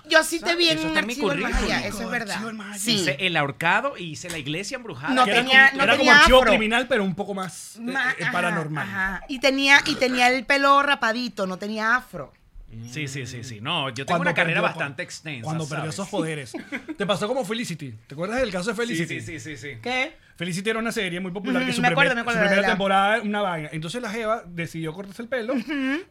[SPEAKER 5] Yo sí te vi en
[SPEAKER 4] Eso
[SPEAKER 5] un
[SPEAKER 4] está en mi
[SPEAKER 5] archivo del más
[SPEAKER 4] currículum. eh,
[SPEAKER 5] allá, eso es verdad.
[SPEAKER 3] Archivo del más allá.
[SPEAKER 5] Sí.
[SPEAKER 4] Hice el ahorcado y hice la iglesia embrujada.
[SPEAKER 5] No
[SPEAKER 3] Que
[SPEAKER 4] Que
[SPEAKER 3] era
[SPEAKER 5] tenía-
[SPEAKER 3] como-
[SPEAKER 5] no
[SPEAKER 3] era como
[SPEAKER 5] tenía
[SPEAKER 3] archivo
[SPEAKER 5] afro.
[SPEAKER 3] criminal, pero un poco más eh,
[SPEAKER 5] Ma-
[SPEAKER 3] eh,
[SPEAKER 5] ajá,
[SPEAKER 3] paranormal.
[SPEAKER 5] ajá. Y tenía, y tenía el pelo rapadito, no tenía afro.
[SPEAKER 4] Sí, sí, sí, sí. No, yo tengo una
[SPEAKER 3] perdió-
[SPEAKER 4] carrera
[SPEAKER 3] cuando-
[SPEAKER 4] bastante extensa.
[SPEAKER 3] Cuando perdió
[SPEAKER 4] ¿sabes?
[SPEAKER 3] esos poderes. Te pasó como Felicity. ¿Te acuerdas del caso de
[SPEAKER 4] Sí,
[SPEAKER 3] Felicity?
[SPEAKER 4] sí, sí, sí, sí.
[SPEAKER 5] ¿Qué?
[SPEAKER 3] Felicity era una serie muy popular que
[SPEAKER 5] Ujú,
[SPEAKER 3] su,
[SPEAKER 5] me acuerdo,
[SPEAKER 3] primer-
[SPEAKER 5] me acuerdo
[SPEAKER 3] su
[SPEAKER 5] de
[SPEAKER 3] primera
[SPEAKER 5] la-
[SPEAKER 3] temporada era una vaina. Entonces la Jeva decidió cortarse el pelo.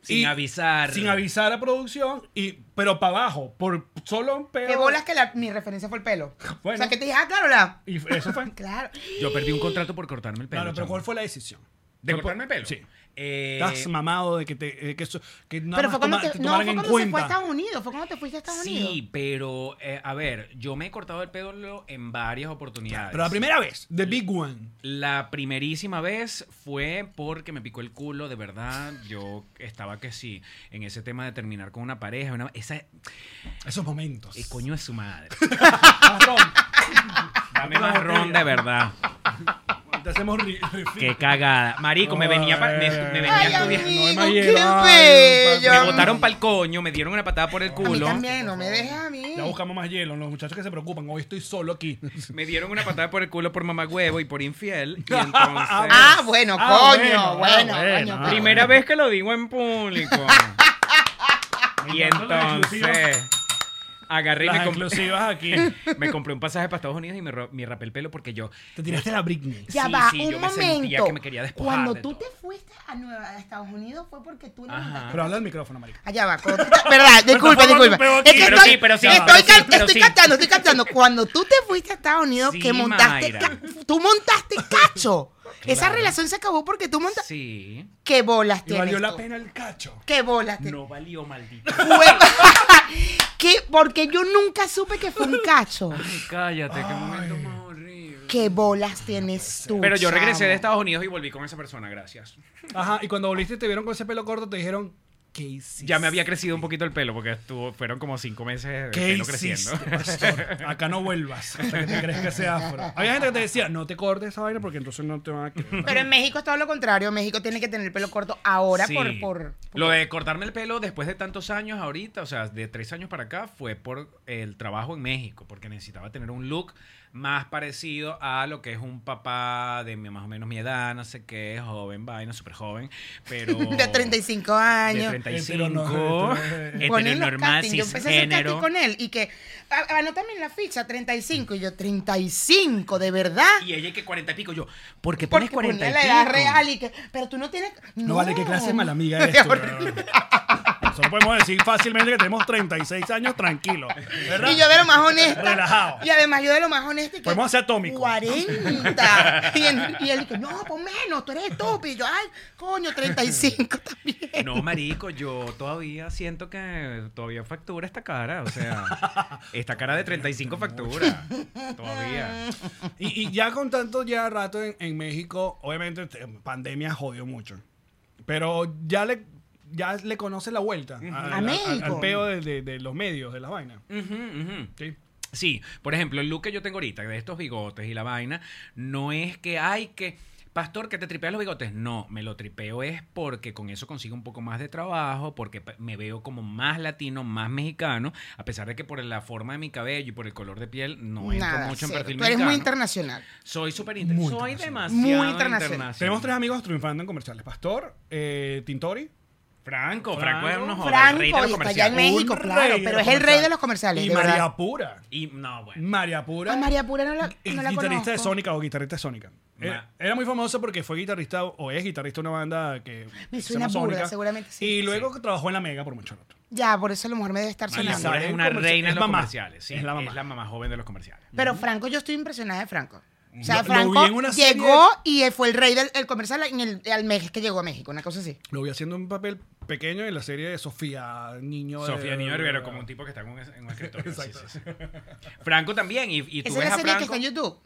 [SPEAKER 4] Sin avisar.
[SPEAKER 3] Sin avisar a producción, y, pero para abajo, por solo un pelo.
[SPEAKER 5] Qué bolas que la- mi referencia fue el pelo.
[SPEAKER 3] Bueno.
[SPEAKER 5] O sea, que te dije, ah, claro, la...
[SPEAKER 3] Y eso fue.
[SPEAKER 5] Claro.
[SPEAKER 4] Yo perdí un contrato por cortarme el pelo.
[SPEAKER 3] Claro, pero
[SPEAKER 4] chamo.
[SPEAKER 3] ¿cuál fue Ah, la decisión?
[SPEAKER 4] ¿De cortarme el pelo?
[SPEAKER 3] Sí.
[SPEAKER 4] Eh,
[SPEAKER 3] Estás mamado de que te eh, que eso, que nada
[SPEAKER 5] Pero
[SPEAKER 3] más
[SPEAKER 5] fue cuando,
[SPEAKER 3] toma-
[SPEAKER 5] te,
[SPEAKER 3] te
[SPEAKER 5] no,
[SPEAKER 3] tomaran
[SPEAKER 5] fue
[SPEAKER 3] en
[SPEAKER 5] cuando se fue a
[SPEAKER 3] cuenta.
[SPEAKER 5] Estados Unidos, fue cuando te fuiste a Estados Unidos.
[SPEAKER 4] Sí, pero eh, a ver, yo me he cortado el pelo en varias oportunidades.
[SPEAKER 3] Pero la primera vez, The Big One.
[SPEAKER 4] La primerísima vez fue porque me picó el culo, de verdad. Yo estaba que sí, en ese tema de terminar con una pareja. Una, esa eh,
[SPEAKER 3] Esos momentos.
[SPEAKER 4] coño es su madre.
[SPEAKER 3] Cabrón,
[SPEAKER 4] Dame más ron de verdad.
[SPEAKER 3] Te hacemos ri- rifle.
[SPEAKER 4] Qué cagada. Marico, me venía pa- me, me venía
[SPEAKER 5] Ay,
[SPEAKER 4] a estudiar.
[SPEAKER 5] amigo,
[SPEAKER 3] No, me
[SPEAKER 5] qué
[SPEAKER 3] llevaron,
[SPEAKER 5] bello.
[SPEAKER 3] pa-
[SPEAKER 4] Me botaron pa'l coño, me dieron una patada por el
[SPEAKER 5] A mí
[SPEAKER 4] culo.
[SPEAKER 5] también, no me dejes a mí.
[SPEAKER 3] Ya buscamos más hielo. Los muchachos que se preocupan. Hoy estoy solo aquí.
[SPEAKER 4] Me dieron una patada por el culo por mamá huevo y por infiel. Y entonces.
[SPEAKER 5] Ah, bueno,
[SPEAKER 3] Ah,
[SPEAKER 5] coño,
[SPEAKER 3] bueno,
[SPEAKER 5] bueno,
[SPEAKER 3] ah, bueno,
[SPEAKER 5] coño,
[SPEAKER 3] ah,
[SPEAKER 5] pero-
[SPEAKER 4] Primera vez que lo digo en público. y
[SPEAKER 3] Me encantó la
[SPEAKER 4] entonces.
[SPEAKER 3] exclusiva.
[SPEAKER 4] agarré y
[SPEAKER 7] Las
[SPEAKER 4] me compré-
[SPEAKER 7] exclusivas aquí.
[SPEAKER 4] me compré un pasaje para Estados Unidos y me, ro- me rapé el pelo porque yo.
[SPEAKER 3] Te tiraste la Britney.
[SPEAKER 5] Ya
[SPEAKER 4] Sí,
[SPEAKER 5] va,
[SPEAKER 4] sí,
[SPEAKER 5] un
[SPEAKER 4] yo me sentía
[SPEAKER 5] momento.
[SPEAKER 4] que me quería despojar
[SPEAKER 5] Cuando
[SPEAKER 4] de
[SPEAKER 5] tú
[SPEAKER 4] todo.
[SPEAKER 5] te fuiste a Nueva a Estados Unidos fue porque tú no
[SPEAKER 4] Ajá.
[SPEAKER 5] mandaste.
[SPEAKER 3] Pero habla al micrófono, marica.
[SPEAKER 5] Allá va, cuando tú te- verdad, disculpa,
[SPEAKER 7] formando un
[SPEAKER 5] disculpa.
[SPEAKER 7] peo
[SPEAKER 5] Es
[SPEAKER 7] aquí.
[SPEAKER 5] que
[SPEAKER 4] Pero
[SPEAKER 5] estoy,
[SPEAKER 4] sí, pero sí,
[SPEAKER 5] estoy,
[SPEAKER 4] pero
[SPEAKER 5] cal-
[SPEAKER 4] sí, pero
[SPEAKER 5] estoy
[SPEAKER 4] sí.
[SPEAKER 5] captando, estoy captando. Cuando tú te fuiste a Estados Unidos,
[SPEAKER 4] Sí,
[SPEAKER 5] que montaste,
[SPEAKER 4] Mayra.
[SPEAKER 5] ca- tú montaste cacho. Esa relación se acabó porque tú montaste.
[SPEAKER 4] Sí.
[SPEAKER 5] ¿Qué bolas
[SPEAKER 3] Y
[SPEAKER 5] tienes?
[SPEAKER 3] valió la
[SPEAKER 5] tú?
[SPEAKER 3] pena el cacho.
[SPEAKER 5] ¿Qué bolas tienes?
[SPEAKER 4] No valió, maldito.
[SPEAKER 5] Fue- ¿Qué? Porque yo nunca supe que fue un cacho.
[SPEAKER 4] Ay, cállate, qué momento más horrible.
[SPEAKER 5] ¿Qué bolas tienes tú?
[SPEAKER 4] Pero yo regresé de
[SPEAKER 5] chamo?
[SPEAKER 4] Estados Unidos y volví con esa persona, gracias.
[SPEAKER 3] Ajá, y cuando volviste y te vieron con ese pelo corto, te dijeron, ¿qué hiciste?
[SPEAKER 4] Ya me había crecido un poquito el pelo porque estuvo, fueron como cinco meses de
[SPEAKER 3] ¿Qué
[SPEAKER 4] pelo
[SPEAKER 3] hiciste,
[SPEAKER 4] creciendo.
[SPEAKER 3] pastor? Acá no vuelvas hasta que te crezca ese afro. Había gente que te decía, no te cortes esa vaina porque entonces no te van a querer.
[SPEAKER 5] Pero en México es todo lo contrario. México tiene que tener el pelo corto ahora
[SPEAKER 4] Sí.
[SPEAKER 5] por, por, por-
[SPEAKER 4] Lo de cortarme el pelo después de tantos años ahorita, o sea, de tres años para acá, fue por el trabajo en México, porque necesitaba tener un look más parecido a lo que es un papá de mi- más o menos mi edad, no sé qué, joven, vaina, súper joven, pero...
[SPEAKER 5] de 35
[SPEAKER 4] De
[SPEAKER 5] años.
[SPEAKER 4] 35,
[SPEAKER 5] Ponen los
[SPEAKER 4] heteronormal,
[SPEAKER 5] castings. Yo empecé a hacer casting
[SPEAKER 4] cisgénero.
[SPEAKER 5] con él y que "A- anótame en la ficha 35 y yo 35 de verdad
[SPEAKER 4] Y ella que 40 y pico, yo, ¿por qué pones
[SPEAKER 5] porque
[SPEAKER 4] 40
[SPEAKER 5] ponía
[SPEAKER 4] y
[SPEAKER 5] la edad
[SPEAKER 4] pico?
[SPEAKER 5] real y que pero tú no tienes no,
[SPEAKER 3] No vale, qué clase de mala amiga eres tú.
[SPEAKER 5] Horrible.
[SPEAKER 3] Solo podemos decir fácilmente que tenemos 36 años tranquilos. ¿verdad?
[SPEAKER 5] y yo de lo más honesta
[SPEAKER 3] Relajado.
[SPEAKER 5] y además yo de lo más honesta y que
[SPEAKER 3] Podemos hacer atómico.
[SPEAKER 5] 40 y, en- y él y que no por menos tú eres estúpido Y yo ay coño 35 también
[SPEAKER 4] No, marico, yo todavía siento que todavía factura esta cara. O sea, esta cara de 35 factura. Todavía.
[SPEAKER 3] Y, y ya con tanto ya rato en, en México, obviamente te- pandemia jodió mucho. Pero ya le, ya le conoce la vuelta a- al- al-
[SPEAKER 5] México.
[SPEAKER 3] al peo de, de- de los medios, de las vainas.
[SPEAKER 4] Ujú, ujú.
[SPEAKER 3] Sí.
[SPEAKER 4] Sí, por ejemplo, el look que yo tengo ahorita, de estos bigotes y la vaina, no es que hay que. Pastor, que te tripeas los bigotes. No, me lo tripeo es porque con eso consigo un poco más de trabajo, porque pa- me veo como más latino, más mexicano, a pesar de que por la forma de mi cabello y por el color de piel no entro
[SPEAKER 5] nada
[SPEAKER 4] mucho en
[SPEAKER 5] cero.
[SPEAKER 4] perfil
[SPEAKER 5] tú eres muy
[SPEAKER 4] mexicano.
[SPEAKER 5] internacional
[SPEAKER 4] Soy súper inter-
[SPEAKER 3] Muy
[SPEAKER 4] Soy
[SPEAKER 3] internacional.
[SPEAKER 4] demasiado
[SPEAKER 5] Muy
[SPEAKER 4] internacional.
[SPEAKER 5] internacional.
[SPEAKER 3] Tenemos tres amigos triunfando en comerciales. Pastor, eh, Tintori.
[SPEAKER 4] Franco, Franco es unos
[SPEAKER 5] Franco,
[SPEAKER 4] rey de los
[SPEAKER 5] y está allá en
[SPEAKER 4] comerciales.
[SPEAKER 5] México,
[SPEAKER 3] un
[SPEAKER 5] claro,
[SPEAKER 3] rey de
[SPEAKER 5] pero
[SPEAKER 3] los
[SPEAKER 5] es el rey de los
[SPEAKER 3] comerciales.
[SPEAKER 5] comerciales,
[SPEAKER 3] Y
[SPEAKER 5] de
[SPEAKER 3] María
[SPEAKER 5] verdad.
[SPEAKER 3] Pura.
[SPEAKER 4] Y no, bueno.
[SPEAKER 3] María Pura.
[SPEAKER 5] a María Pura no la,
[SPEAKER 3] Es
[SPEAKER 5] no la
[SPEAKER 3] guitarrista de
[SPEAKER 5] conozco.
[SPEAKER 3] Sónica o guitarrista de Sónica. Era,
[SPEAKER 4] Ma-
[SPEAKER 3] era muy famoso porque fue guitarrista o es guitarrista de una banda que
[SPEAKER 5] Me
[SPEAKER 3] se llama
[SPEAKER 5] suena burda,
[SPEAKER 3] Sónica.
[SPEAKER 5] seguramente sí.
[SPEAKER 3] Y luego trabajó en La Mega por mucho rato.
[SPEAKER 5] Ya, por eso a lo mejor me debe estar
[SPEAKER 4] María
[SPEAKER 5] sonando.
[SPEAKER 4] Pura
[SPEAKER 3] Elizabeth.
[SPEAKER 4] es una
[SPEAKER 3] Es comercial-
[SPEAKER 4] reina
[SPEAKER 3] es
[SPEAKER 4] de los
[SPEAKER 3] mamá.
[SPEAKER 4] comerciales. sí,
[SPEAKER 3] Es
[SPEAKER 4] es,
[SPEAKER 3] la
[SPEAKER 4] la
[SPEAKER 3] mamá.
[SPEAKER 4] mamá joven de los comerciales.
[SPEAKER 5] Pero Franco, yo estoy impresionada de Franco. O sea,
[SPEAKER 3] Lo- lo
[SPEAKER 5] Franco
[SPEAKER 3] vi en una serie-
[SPEAKER 5] llegó y eh, fue el rey del el comercial en el, al mes que llegó a México, una cosa así.
[SPEAKER 3] Lo vi haciendo un papel pequeño en la serie de Sofía Niño.
[SPEAKER 4] Sofía
[SPEAKER 3] de-
[SPEAKER 4] Niño Herbero, como un tipo que está en un, en un escritorio. sí,
[SPEAKER 3] Exacto.
[SPEAKER 4] sí, sí. Franco también. Y, y tú
[SPEAKER 5] Esa es
[SPEAKER 4] ves
[SPEAKER 5] la
[SPEAKER 4] a
[SPEAKER 5] serie que
[SPEAKER 4] Franco.
[SPEAKER 5] está en YouTube.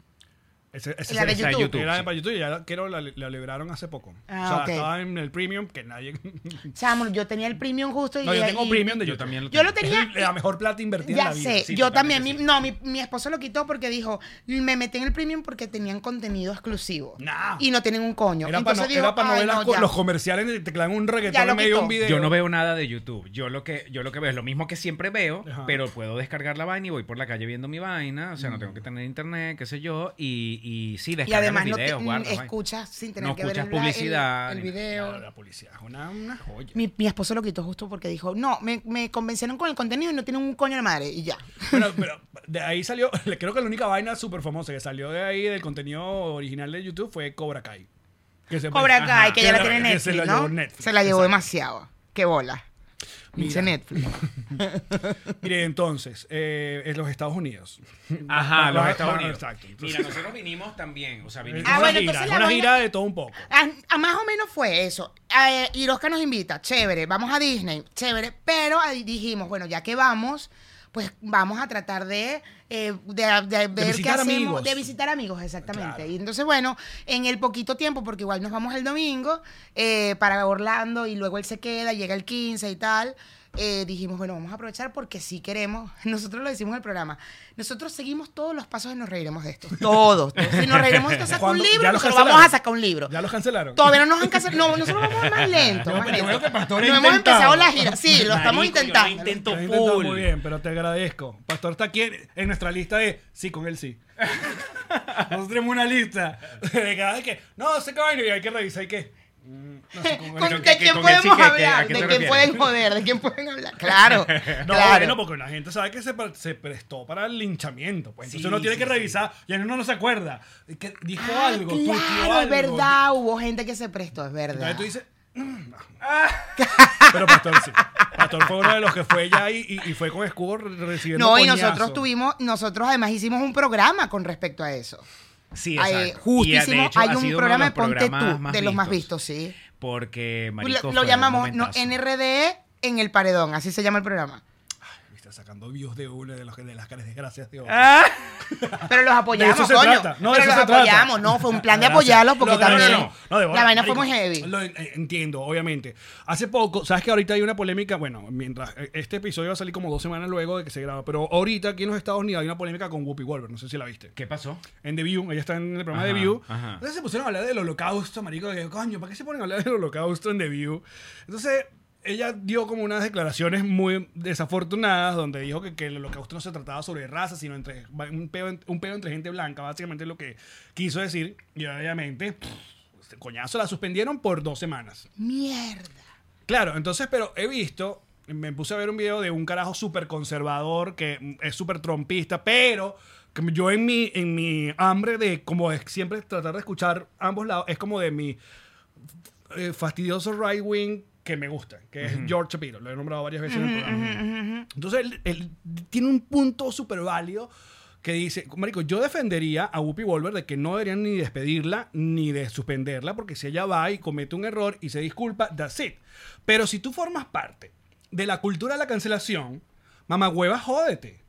[SPEAKER 3] Ese- ese
[SPEAKER 5] La de
[SPEAKER 3] serie está en
[SPEAKER 5] YouTube.
[SPEAKER 3] Era
[SPEAKER 4] sí.
[SPEAKER 3] para YouTube y ya la- creo la, la liberaron hace poco.
[SPEAKER 5] Ah,
[SPEAKER 3] o sea,
[SPEAKER 5] ok.
[SPEAKER 3] estaba en el premium que nadie.
[SPEAKER 5] Chamo, yo tenía el premium justo y
[SPEAKER 3] no, yo tengo
[SPEAKER 5] y-
[SPEAKER 3] premium de
[SPEAKER 4] Yo
[SPEAKER 3] YouTube.
[SPEAKER 4] también lo
[SPEAKER 5] Yo lo
[SPEAKER 4] tengo.
[SPEAKER 5] tenía.
[SPEAKER 3] La mejor plata invertida en
[SPEAKER 5] Ya
[SPEAKER 3] la vida.
[SPEAKER 5] sé,
[SPEAKER 4] Sí,
[SPEAKER 5] yo
[SPEAKER 4] totalmente
[SPEAKER 5] también, mi,
[SPEAKER 4] sí.
[SPEAKER 5] no, mi, mi esposo lo quitó porque dijo, me metí en el premium porque tenían contenido exclusivo.
[SPEAKER 3] Nah.
[SPEAKER 5] y no tienen un coño.
[SPEAKER 3] Era para
[SPEAKER 5] Entonces
[SPEAKER 3] no,
[SPEAKER 5] dijo,
[SPEAKER 3] era pa' no
[SPEAKER 5] "Ay,
[SPEAKER 3] ver las
[SPEAKER 5] no,
[SPEAKER 3] co-
[SPEAKER 5] ya".
[SPEAKER 3] los comerciales y te clavan un reggaetón
[SPEAKER 5] lo
[SPEAKER 3] en medio de un
[SPEAKER 5] quitó.
[SPEAKER 3] video.
[SPEAKER 4] Yo no veo nada de YouTube. Yo lo que yo lo que veo es lo mismo que siempre veo,
[SPEAKER 3] Ajá.
[SPEAKER 4] pero puedo descargar la vaina y voy por la calle viendo mi vaina. O sea, no tengo que tener internet, qué sé yo. Y, y sí,
[SPEAKER 5] Mm. Y
[SPEAKER 4] descargo
[SPEAKER 5] además
[SPEAKER 4] los
[SPEAKER 5] no te- mm,
[SPEAKER 4] videos, guardo,
[SPEAKER 3] pues.
[SPEAKER 4] vaina.
[SPEAKER 5] escuchas sin tener
[SPEAKER 4] No
[SPEAKER 5] que ver el,
[SPEAKER 4] escuchas publicidad
[SPEAKER 5] el, el
[SPEAKER 4] ni nada.
[SPEAKER 5] video.
[SPEAKER 3] La publicidad es una, una joya.
[SPEAKER 5] Mi, mi esposo lo quitó justo porque dijo, no, me, me convencieron con el contenido y no tienen un coño de madre. Y ya.
[SPEAKER 3] Bueno, pero de ahí salió, creo que la única vaina súper famosa que salió de ahí del contenido original de YouTube fue Cobra Kai. Que se-
[SPEAKER 5] Cobra Kai,
[SPEAKER 3] Ajá.
[SPEAKER 5] que ya la
[SPEAKER 3] se
[SPEAKER 5] tiene
[SPEAKER 3] que
[SPEAKER 5] Netflix,
[SPEAKER 3] se la
[SPEAKER 5] ¿no?
[SPEAKER 3] llevó Netflix.
[SPEAKER 5] Se la llevó
[SPEAKER 3] Exacto.
[SPEAKER 5] demasiado. Qué bola. Dice Netflix.
[SPEAKER 3] Mire, entonces, eh, en los Estados Unidos.
[SPEAKER 4] Ajá, los
[SPEAKER 3] Ah,
[SPEAKER 4] Estados
[SPEAKER 3] ah,
[SPEAKER 4] Unidos.
[SPEAKER 3] exacto. Entonces-
[SPEAKER 4] Mira, nosotros vinimos también. O sea, vinimos.
[SPEAKER 5] Ah,
[SPEAKER 3] una
[SPEAKER 5] bueno,
[SPEAKER 3] gira,
[SPEAKER 5] entonces la
[SPEAKER 3] una
[SPEAKER 5] vaina-
[SPEAKER 3] gira de todo un poco.
[SPEAKER 5] Ah, ah, más o menos fue eso. Eh, y Oscar nos invita, chévere, vamos a Disney, chévere, pero ahí dijimos, bueno, ya que vamos, pues vamos a tratar de, eh, de, de ver qué
[SPEAKER 3] visitar
[SPEAKER 5] hacemos,
[SPEAKER 3] amigos.
[SPEAKER 5] de visitar amigos, exactamente.
[SPEAKER 3] Claro.
[SPEAKER 5] Y entonces, bueno, en el poquito tiempo, porque igual nos vamos el domingo eh, para Orlando y luego él se queda, llega el 15 y tal. eh, dijimos, bueno, vamos a aprovechar porque si queremos, nosotros lo decimos en el programa, nosotros seguimos todos los pasos y nos reiremos de esto. Todos. todos. Si nos reiremos de esto, saca un
[SPEAKER 3] ¿Cuándo- ya
[SPEAKER 5] libro,
[SPEAKER 3] los
[SPEAKER 5] nosotros
[SPEAKER 3] cancelaron?
[SPEAKER 5] vamos a sacar un libro.
[SPEAKER 3] Ya los cancelaron.
[SPEAKER 5] Todavía no nos han cancelado. No, nosotros vamos más lento.
[SPEAKER 3] Yo-
[SPEAKER 5] más
[SPEAKER 3] yo
[SPEAKER 5] lento.
[SPEAKER 3] creo que Pastor ha
[SPEAKER 5] no hemos
[SPEAKER 3] intentado.
[SPEAKER 5] empezado la gira. Sí, lo
[SPEAKER 4] Marico, yo
[SPEAKER 5] estamos intentando.
[SPEAKER 4] intento
[SPEAKER 3] Lo has intentado
[SPEAKER 4] full.
[SPEAKER 3] muy bien, pero te agradezco. Pastor está aquí en, en nuestra lista de sí con el sí. Nosotros tenemos una lista de cada vez que no, se cae y hay que revisar y qué. No sé cómo es.
[SPEAKER 4] Con-
[SPEAKER 5] ¿Con,
[SPEAKER 4] que-
[SPEAKER 5] ¿De
[SPEAKER 4] que
[SPEAKER 5] quién
[SPEAKER 4] con
[SPEAKER 5] podemos
[SPEAKER 4] el chique, que- ¿a
[SPEAKER 5] hablar?
[SPEAKER 4] qué te
[SPEAKER 5] ¿De quién
[SPEAKER 4] refieres?
[SPEAKER 5] pueden joder? ¿De quién pueden hablar? Claro,
[SPEAKER 3] No,
[SPEAKER 5] claro.
[SPEAKER 3] bueno, porque la gente sabe que se, par- se prestó para el linchamiento. Pues. Entonces
[SPEAKER 4] Sí,
[SPEAKER 3] uno tiene
[SPEAKER 4] sí,
[SPEAKER 3] que
[SPEAKER 4] sí.
[SPEAKER 3] revisar. Ya uno no se acuerda. Que dijo
[SPEAKER 5] Ah,
[SPEAKER 3] algo, tuiteó
[SPEAKER 5] claro, es
[SPEAKER 3] algo.
[SPEAKER 5] verdad. Hubo gente que se prestó, es
[SPEAKER 3] Entonces
[SPEAKER 5] verdad.
[SPEAKER 3] tú dices. "Mm, no". Pero Pastor sí. Pastor fue uno de los que fue ya y, y- y fue con escudo recibiendo.
[SPEAKER 5] No, y
[SPEAKER 3] coñazo.
[SPEAKER 5] nosotros tuvimos, nosotros además hicimos un programa con respecto a eso.
[SPEAKER 4] Sí,
[SPEAKER 5] Ay,
[SPEAKER 4] exacto. Y,
[SPEAKER 5] Eh, justísimo,
[SPEAKER 4] de hecho,
[SPEAKER 5] hay
[SPEAKER 4] ha
[SPEAKER 5] un
[SPEAKER 4] sido uno
[SPEAKER 5] programa de
[SPEAKER 4] los
[SPEAKER 5] Ponte
[SPEAKER 4] programas
[SPEAKER 5] tú, de los más vistos, sí.
[SPEAKER 4] Porque,
[SPEAKER 5] Lo-
[SPEAKER 4] marico,
[SPEAKER 5] lo
[SPEAKER 4] fue un
[SPEAKER 5] llamamos no,
[SPEAKER 4] momentazo.
[SPEAKER 5] NRDE E en el paredón, así se llama el programa.
[SPEAKER 3] Viste, sacando views de uno de, los, de las caras desgracias, tío.
[SPEAKER 4] Ah,
[SPEAKER 5] Pero los apoyamos,
[SPEAKER 3] De eso se
[SPEAKER 5] coño.
[SPEAKER 3] trata. No, de
[SPEAKER 5] Pero
[SPEAKER 3] eso
[SPEAKER 5] los
[SPEAKER 3] se trata.
[SPEAKER 5] apoyamos, no, fue un plan de
[SPEAKER 3] Gracias.
[SPEAKER 5] apoyarlos porque
[SPEAKER 3] No, no, no,
[SPEAKER 5] también
[SPEAKER 3] no, no, de bola,
[SPEAKER 5] la vaina fue muy
[SPEAKER 3] marico.
[SPEAKER 5] heavy.
[SPEAKER 3] Lo en- eh, entiendo, obviamente. Hace poco, sabes que ahorita hay una polémica, bueno, mientras eh, este episodio va a salir como dos semanas luego de que se graba, pero ahorita aquí en los Estados Unidos hay una polémica con Whoopi Wolver, no sé si la viste.
[SPEAKER 4] ¿Qué pasó?
[SPEAKER 3] En The View, ella está en el programa
[SPEAKER 4] Ajá,
[SPEAKER 3] The View.
[SPEAKER 4] ajá.
[SPEAKER 3] Entonces se pusieron a hablar del holocausto, marico, que coño, ¿para qué se ponen a hablar del holocausto en The View? Entonces ella dio como unas declaraciones muy desafortunadas donde dijo que, que el holocausto no se trataba sobre raza, sino entre un pedo, en- un pedo entre gente blanca, básicamente es lo que quiso decir. Y obviamente, pff, este coñazo, la suspendieron por dos semanas.
[SPEAKER 5] Mierda.
[SPEAKER 3] Claro, entonces, pero he visto, me puse a ver un video de un carajo súper conservador, que mm, es súper trompista, pero que yo en mi, en mi hambre de como de siempre tratar de escuchar ambos lados, es como de mi eh, fastidioso right wing que me gusta, que es George Shapiro, lo he nombrado varias veces en el programa. Entonces, él, él tiene un punto súper válido que dice, marico, yo defendería a Whoopi Wolver de que no deberían ni despedirla ni de suspenderla, porque si ella va y comete un error y se disculpa, that's it. Pero si tú formas parte de la cultura de la cancelación, mamá hueva, jódete.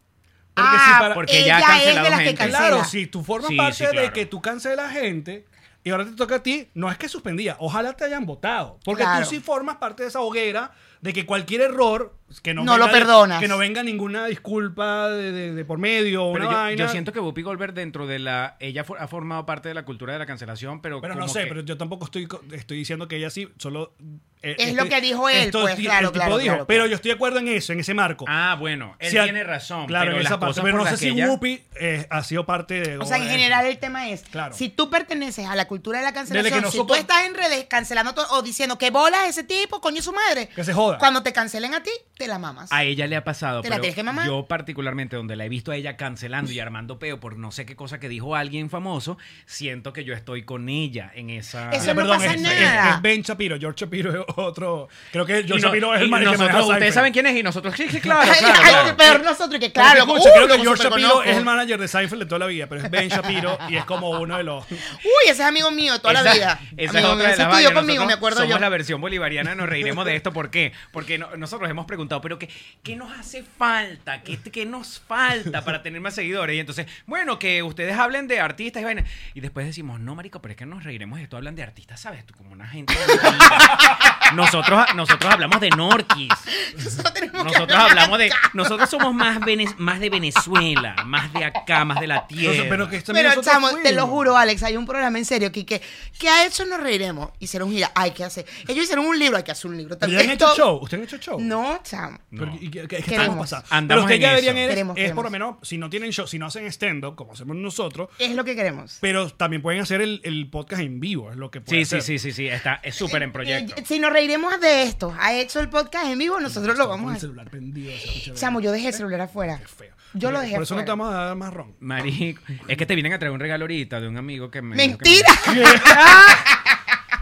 [SPEAKER 3] Porque
[SPEAKER 5] Ah,
[SPEAKER 3] si para-
[SPEAKER 4] Porque ya ha
[SPEAKER 5] ella es de
[SPEAKER 4] cancelado
[SPEAKER 5] las que
[SPEAKER 4] gente.
[SPEAKER 5] cancela.
[SPEAKER 3] Claro, si tú formas
[SPEAKER 4] Sí,
[SPEAKER 3] parte
[SPEAKER 4] sí, claro.
[SPEAKER 3] de que tú cancelas gente y ahora te toca a ti, no es que suspendía, ojalá te hayan votado. Porque
[SPEAKER 5] Claro.
[SPEAKER 3] tú sí formas parte de esa hoguera de que cualquier error, que no,
[SPEAKER 5] No
[SPEAKER 3] venga
[SPEAKER 5] lo perdonas.
[SPEAKER 3] Que no venga ninguna disculpa de, de- de por medio o
[SPEAKER 4] Pero
[SPEAKER 3] una
[SPEAKER 4] yo,
[SPEAKER 3] vaina.
[SPEAKER 4] yo siento que Whoopi Goldberg dentro de la... Ella for- ha formado parte de la cultura de la cancelación, pero
[SPEAKER 3] pero no
[SPEAKER 4] como
[SPEAKER 3] sé,
[SPEAKER 4] que-
[SPEAKER 3] pero yo tampoco estoy, co- estoy diciendo que ella sí, solo... eh,
[SPEAKER 5] Es lo que dijo él, pues,
[SPEAKER 3] ti-
[SPEAKER 5] claro,
[SPEAKER 3] tipo
[SPEAKER 5] claro,
[SPEAKER 3] dijo,
[SPEAKER 5] claro,
[SPEAKER 3] Pero
[SPEAKER 5] claro.
[SPEAKER 3] yo estoy de acuerdo en eso, en ese marco.
[SPEAKER 4] Ah, bueno, él
[SPEAKER 3] Si a-
[SPEAKER 4] tiene razón.
[SPEAKER 3] Claro,
[SPEAKER 4] pero
[SPEAKER 3] en
[SPEAKER 4] las
[SPEAKER 3] esa parte.
[SPEAKER 4] cosas
[SPEAKER 3] Pero
[SPEAKER 4] por
[SPEAKER 3] no sé
[SPEAKER 4] las
[SPEAKER 3] si
[SPEAKER 4] que ella-
[SPEAKER 3] Whoopi eh, ha sido parte de...
[SPEAKER 5] O sea, en
[SPEAKER 3] de-
[SPEAKER 5] general el tema es,
[SPEAKER 3] Claro.
[SPEAKER 5] si tú perteneces a la cultura de la cancelación,
[SPEAKER 3] Desde que no
[SPEAKER 5] si
[SPEAKER 3] sopo-
[SPEAKER 5] tú estás en redes cancelando todo o diciendo que bolas ese tipo, coño su madre,
[SPEAKER 3] Que se joda.
[SPEAKER 5] cuando te cancelen a ti, te la mamas.
[SPEAKER 4] A ella le ha pasado,
[SPEAKER 5] ¿Te la
[SPEAKER 4] pero
[SPEAKER 5] tienes que mamar?
[SPEAKER 4] yo particularmente donde la he visto a ella cancelando y armando peo por no sé qué cosa que dijo alguien famoso, siento que yo estoy con ella en esa...
[SPEAKER 5] Eso
[SPEAKER 3] Ah,
[SPEAKER 5] no
[SPEAKER 3] perdón,
[SPEAKER 5] pasa
[SPEAKER 3] es,
[SPEAKER 5] nada.
[SPEAKER 3] Es, es Ben Shapiro. George Shapiro es otro. Creo que George
[SPEAKER 4] Y no-
[SPEAKER 3] Shapiro es el
[SPEAKER 4] y
[SPEAKER 3] man que maneja
[SPEAKER 4] nosotros,
[SPEAKER 3] Seinfeld.
[SPEAKER 4] Ustedes saben quién es y nosotros... Sí, sí, claro,
[SPEAKER 5] Ay,
[SPEAKER 4] claro,
[SPEAKER 5] ay,
[SPEAKER 4] claro.
[SPEAKER 5] peor nosotros que
[SPEAKER 3] Pero
[SPEAKER 5] claro,
[SPEAKER 3] escucha,
[SPEAKER 5] uh,
[SPEAKER 3] creo que
[SPEAKER 5] lo
[SPEAKER 3] George Shapiro
[SPEAKER 5] superconozco.
[SPEAKER 3] es el manager de Seinfeld de toda la vida, pero es Ben Shapiro y es como uno de los.
[SPEAKER 5] Uy, ese es amigo mío de toda la
[SPEAKER 4] Esa-
[SPEAKER 5] vida.
[SPEAKER 4] Esa
[SPEAKER 5] Amigo
[SPEAKER 4] es
[SPEAKER 5] mío,
[SPEAKER 4] otra de
[SPEAKER 5] ese
[SPEAKER 4] las
[SPEAKER 5] estudió
[SPEAKER 4] vainas.
[SPEAKER 5] conmigo,
[SPEAKER 4] Nosotros
[SPEAKER 5] me acuerdo
[SPEAKER 4] somos
[SPEAKER 5] yo.
[SPEAKER 4] la versión bolivariana, nos reiremos de esto. ¿Por qué? Porque no- nosotros hemos preguntado, pero ¿qué, qué nos hace falta? ¿Qué, qué nos falta para tener más seguidores? Y entonces, bueno, que ustedes hablen de artistas y vainas. Y después decimos, no, marico, pero es que nos reiremos de esto. Hablan de artistas, ¿sabes? Tú como una gente... dolida. Nosotros, ah, nosotros hablamos de Norquis.
[SPEAKER 5] Nosotros tenemos que
[SPEAKER 4] Nosotros
[SPEAKER 5] hablar
[SPEAKER 4] hablamos de... Nosotros somos más, vene- más de Venezuela, más de acá, más de la
[SPEAKER 3] No sé,
[SPEAKER 4] tierra.
[SPEAKER 3] pero que también
[SPEAKER 5] Pero
[SPEAKER 3] nosotros
[SPEAKER 5] chamo, te lo
[SPEAKER 3] fuimos.
[SPEAKER 5] juro, Alex, hay un programa en serio que, que, que a eso nos reiremos. Hicieron gira, hay que hacer. Ellos hicieron un libro, hay que hacer un libro.
[SPEAKER 3] Pero
[SPEAKER 5] también
[SPEAKER 3] ya han hecho show. ¿Ustedes han hecho show?
[SPEAKER 5] No, chamo.
[SPEAKER 3] Pero,
[SPEAKER 4] No.
[SPEAKER 3] ¿y qué- qué- qué
[SPEAKER 5] Queremos.
[SPEAKER 3] estamos pasando?
[SPEAKER 4] Andamos
[SPEAKER 3] Pero ustedes
[SPEAKER 4] en
[SPEAKER 3] ya
[SPEAKER 4] eso.
[SPEAKER 3] deberían es-
[SPEAKER 5] Queremos,
[SPEAKER 3] es por lo
[SPEAKER 5] queremos.
[SPEAKER 3] menos, si no tienen show, si no hacen stand-up, como hacemos nosotros,
[SPEAKER 5] Es lo que queremos.
[SPEAKER 3] pero también pueden hacer el, el podcast en vivo, es lo que pueden
[SPEAKER 4] Sí, sí, sí, sí, sí, está es súper en proyecto.
[SPEAKER 5] Eh, Si nos reiremos de esto, ha hecho el podcast en vivo, nosotros lo vamos a
[SPEAKER 3] el
[SPEAKER 5] hacer.
[SPEAKER 3] celular prendido. se escucha
[SPEAKER 5] Chamo,
[SPEAKER 3] bien.
[SPEAKER 5] yo dejé el celular afuera.
[SPEAKER 3] ¿eh? Qué feo.
[SPEAKER 5] Yo lo dejé
[SPEAKER 3] Por eso no
[SPEAKER 5] afuera.
[SPEAKER 3] te vamos a dar más ron.
[SPEAKER 4] Marico, es que te vienen a traer un regalo ahorita de un amigo que me.
[SPEAKER 5] ¡Mentira!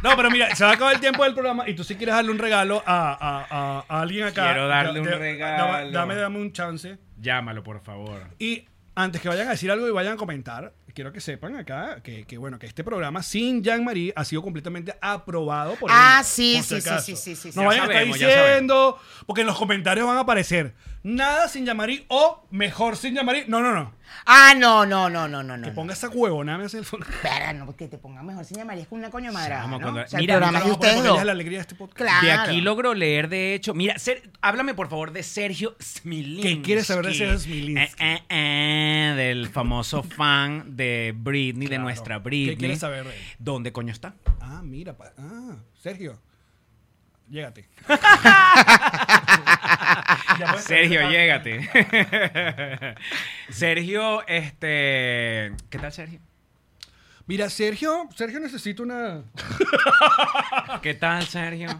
[SPEAKER 3] No, pero mira, se va a acabar el tiempo del programa y tú sí quieres darle un regalo a, a- a- a alguien acá.
[SPEAKER 4] Quiero darle un
[SPEAKER 3] Da- da-
[SPEAKER 4] regalo.
[SPEAKER 3] Dame, dame, dame un chance.
[SPEAKER 4] que me- Llámalo, por favor.
[SPEAKER 3] Y antes que vayan a decir algo y vayan a comentar, quiero que sepan acá que, que, bueno, que este programa sin Jean-Marie ha sido completamente aprobado por
[SPEAKER 5] Ah,
[SPEAKER 3] él,
[SPEAKER 5] sí,
[SPEAKER 3] por si
[SPEAKER 5] sí, sí,
[SPEAKER 3] acaso.
[SPEAKER 5] sí, sí, sí, sí.
[SPEAKER 3] No
[SPEAKER 4] Ya
[SPEAKER 3] vayan a estar
[SPEAKER 4] sabemos, ya sabemos.
[SPEAKER 3] diciendo, porque en los comentarios van a aparecer nada sin Jean-Marie o mejor sin Jean-Marie. No, no, no.
[SPEAKER 5] Ah, no, no, no, no, no, no.
[SPEAKER 3] Que
[SPEAKER 5] no.
[SPEAKER 3] ponga esa huevona, me hace el fondo.
[SPEAKER 5] Espera, no, que te ponga mejor señal María, es con una coño madre.
[SPEAKER 4] Chamo,
[SPEAKER 5] ¿no?
[SPEAKER 4] cuando-
[SPEAKER 5] O sea, el
[SPEAKER 4] Mira,
[SPEAKER 5] programa es de ustedes
[SPEAKER 3] Ella
[SPEAKER 5] dos.
[SPEAKER 3] es la alegría de este podcast.
[SPEAKER 5] Claro.
[SPEAKER 4] De aquí logro leer, de hecho. Mira, Ser- háblame por favor de Sergio Smilinski.
[SPEAKER 3] ¿Qué quieres saber de Sergio Smilinski?
[SPEAKER 4] Eh, eh, eh, del famoso fan de Britney, de
[SPEAKER 3] Claro.
[SPEAKER 4] nuestra
[SPEAKER 3] ¿Qué
[SPEAKER 4] Britney.
[SPEAKER 3] quieres saber de él?
[SPEAKER 4] ¿Dónde coño está?
[SPEAKER 3] Ah, mira. pa- Ah, Sergio. Llégate. Ya puedes-
[SPEAKER 4] Ah, Sergio, llégate. Sergio, este. ¿Qué tal, Sergio?
[SPEAKER 3] Mira, Sergio, Sergio necesita una.
[SPEAKER 4] ¿Qué tal, Sergio?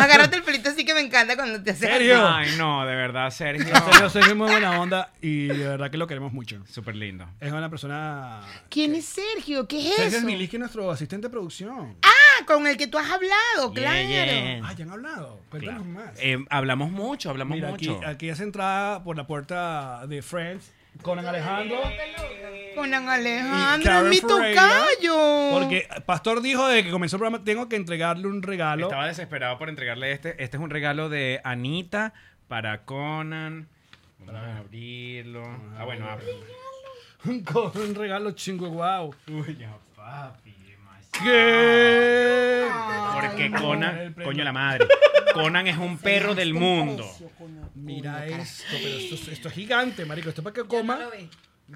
[SPEAKER 5] Agárrate el pelito así que me encanta cuando te haces.
[SPEAKER 3] Sergio.
[SPEAKER 4] Ay, no, de verdad, Sergio.
[SPEAKER 3] Sergio, Sergio es muy buena onda y de verdad que lo queremos mucho.
[SPEAKER 4] Súper lindo.
[SPEAKER 3] Es una persona.
[SPEAKER 5] ¿Quién es Sergio? ¿Qué es
[SPEAKER 3] Sergio
[SPEAKER 5] eso?
[SPEAKER 3] Miliski, nuestro asistente de producción.
[SPEAKER 5] Ah, con el que tú has hablado, claro.
[SPEAKER 3] Ah, ya han hablado. Cuéntanos
[SPEAKER 4] Claro.
[SPEAKER 3] más.
[SPEAKER 4] Eh, hablamos mucho, hablamos
[SPEAKER 3] Mira, aquí,
[SPEAKER 4] mucho.
[SPEAKER 3] aquí hace entrada por la puerta de Friends. Conan Alejandro.
[SPEAKER 5] Con
[SPEAKER 3] y
[SPEAKER 5] Alejandro,
[SPEAKER 3] Karen
[SPEAKER 5] mi
[SPEAKER 3] Ferreira,
[SPEAKER 5] tocayo.
[SPEAKER 3] Porque eh, Pastor dijo de que comenzó el programa, tengo que entregarle un regalo.
[SPEAKER 4] Estaba desesperado por entregarle este. Este es un regalo de Anita para Conan. Vamos a abrirlo. Ah, bueno, abre.
[SPEAKER 3] Con un regalo chingo guau.
[SPEAKER 4] Uy, ya, papi, demasiado.
[SPEAKER 3] ¿Qué?
[SPEAKER 4] ah, Porque
[SPEAKER 3] el
[SPEAKER 4] Conan,
[SPEAKER 3] premio.
[SPEAKER 4] coño la madre. Conan es un perro del mundo.
[SPEAKER 3] Mira esto, pero esto, es- esto es gigante, marico. Esto es para que coma.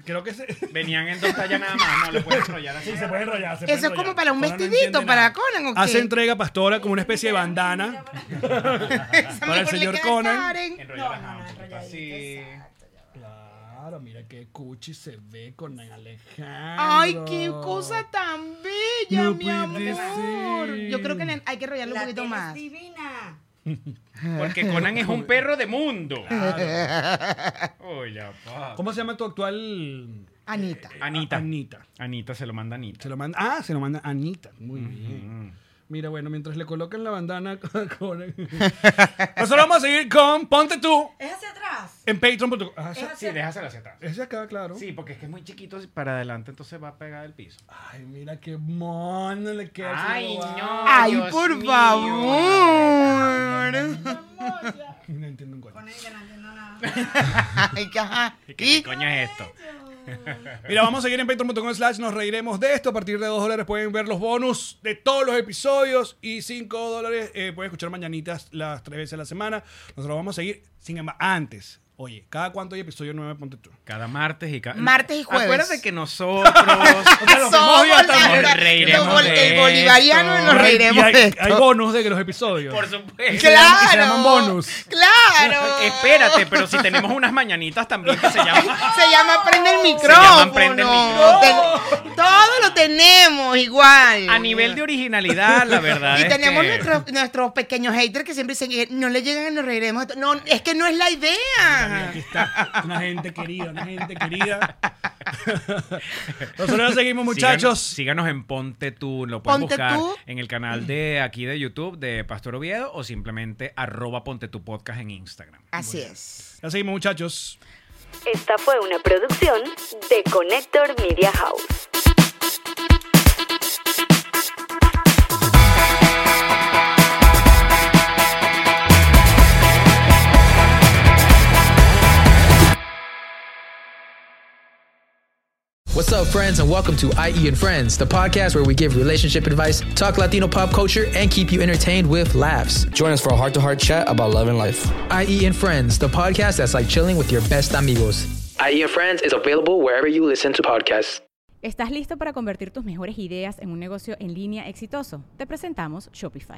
[SPEAKER 3] Creo que se, sí,
[SPEAKER 4] Venían en dos tallas nada más, no lo puedes enrollar así.
[SPEAKER 3] se puede enrollar. se puede
[SPEAKER 5] Eso es como
[SPEAKER 3] enrollar.
[SPEAKER 5] para un
[SPEAKER 3] Conan no
[SPEAKER 5] vestidito,
[SPEAKER 3] entiende
[SPEAKER 5] para
[SPEAKER 3] nada.
[SPEAKER 5] Conan, ¿o qué?
[SPEAKER 3] Hace entrega pastora como una especie de bandana.
[SPEAKER 5] Esa
[SPEAKER 3] para el
[SPEAKER 5] mejor le
[SPEAKER 3] señor
[SPEAKER 5] queda a
[SPEAKER 3] Conan.
[SPEAKER 5] Karen.
[SPEAKER 4] Enrollar ajá, así.
[SPEAKER 3] Claro, mira qué cuchi se ve con Alejandro.
[SPEAKER 5] Ay, qué cosa tan bella,
[SPEAKER 3] No
[SPEAKER 5] mi
[SPEAKER 3] puede
[SPEAKER 5] amor.
[SPEAKER 3] ser.
[SPEAKER 5] Yo creo que le- hay que enrollarle un poquito más.
[SPEAKER 4] Porque Conan es un perro de mundo. Uy, ya, papi.
[SPEAKER 3] ¿Cómo se llama tu actual
[SPEAKER 5] Anita.
[SPEAKER 4] Anita.
[SPEAKER 3] Anita?
[SPEAKER 4] Anita se lo manda a Anita.
[SPEAKER 3] Se lo manda. Ah, se lo manda Anita. Muy bien. Mira, bueno, mientras le colocan la bandana a Conan. Nosotros vamos a seguir con Ponte tú
[SPEAKER 7] Es hacia atrás.
[SPEAKER 3] en patreon.com. Ah,
[SPEAKER 7] Es
[SPEAKER 3] esa-
[SPEAKER 7] hacia
[SPEAKER 4] Sí, déjaselo hacia atrás.
[SPEAKER 3] esa acá, claro.
[SPEAKER 4] Sí, porque es que es muy chiquito para adelante, entonces va a pegar el piso.
[SPEAKER 3] Ay, mira qué mono le queda. ese guau.
[SPEAKER 5] Ay, por favor.
[SPEAKER 3] No entiendo un coño.
[SPEAKER 5] Ay, que ajá.
[SPEAKER 4] ¿Qué
[SPEAKER 5] Y
[SPEAKER 4] coño es esto?
[SPEAKER 3] Mira, vamos a seguir en patreon.com slash nos reiremos de esto. A partir de 2 dólares pueden ver los bonus de todos los episodios y 5 dólares eh, pueden escuchar mañanitas las tres veces a la semana. Nosotros vamos a seguir, sin embargo, antes. Oye, ¿cada cuánto hay episodio nueve Ponte tú?
[SPEAKER 4] Cada martes y cada...
[SPEAKER 5] Martes y jueves.
[SPEAKER 4] Acuérdate que nosotros...
[SPEAKER 5] somos
[SPEAKER 3] días
[SPEAKER 5] la-
[SPEAKER 4] nos reiremos
[SPEAKER 5] los bol-
[SPEAKER 4] de
[SPEAKER 5] el bolivariano y
[SPEAKER 4] esto.
[SPEAKER 5] nos
[SPEAKER 3] Pero hay-
[SPEAKER 5] reiremos
[SPEAKER 3] y hay,
[SPEAKER 5] de esto.
[SPEAKER 3] hay bonus de que los episodios.
[SPEAKER 4] por supuesto.
[SPEAKER 5] Claro.
[SPEAKER 3] se llaman bonus.
[SPEAKER 5] Claro.
[SPEAKER 4] Espérate, pero si tenemos unas mañanitas también que se llaman...
[SPEAKER 5] Se llama prende el
[SPEAKER 4] llama Prende el
[SPEAKER 5] micrófono. Ten- Todo lo tenemos igual.
[SPEAKER 4] A nivel de originalidad, la verdad
[SPEAKER 5] Y
[SPEAKER 4] es
[SPEAKER 5] tenemos
[SPEAKER 4] que-
[SPEAKER 5] nuestros, nuestros pequeños haters que siempre dicen que no le llegan y nos reiremos. No, es que no es la idea.
[SPEAKER 3] Aquí está. Una gente querida, una gente querida. Nosotros nos seguimos,
[SPEAKER 4] Síganos,
[SPEAKER 3] muchachos.
[SPEAKER 4] síganos en Ponte Tú, lo pueden
[SPEAKER 5] Ponte
[SPEAKER 4] buscar
[SPEAKER 5] Tú.
[SPEAKER 4] en el canal de aquí de YouTube de Pastor Oviedo o simplemente arroba Ponte Tú Podcast en Instagram.
[SPEAKER 5] Así es.
[SPEAKER 3] Nos seguimos, muchachos.
[SPEAKER 1] Esta fue una producción de Connector Media House.
[SPEAKER 8] What's up, friends, and welcome to IE and Friends, the podcast where we give relationship advice, talk Latino pop culture, and keep you entertained with laughs.
[SPEAKER 9] Join us for a heart to heart chat about love and life.
[SPEAKER 8] IE E and Friends, the podcast that's like chilling with your best amigos. IE E and Friends is available wherever you listen to podcasts.
[SPEAKER 10] ¿Estás listo para convertir tus mejores ideas en un negocio en línea exitoso? Te presentamos Shopify.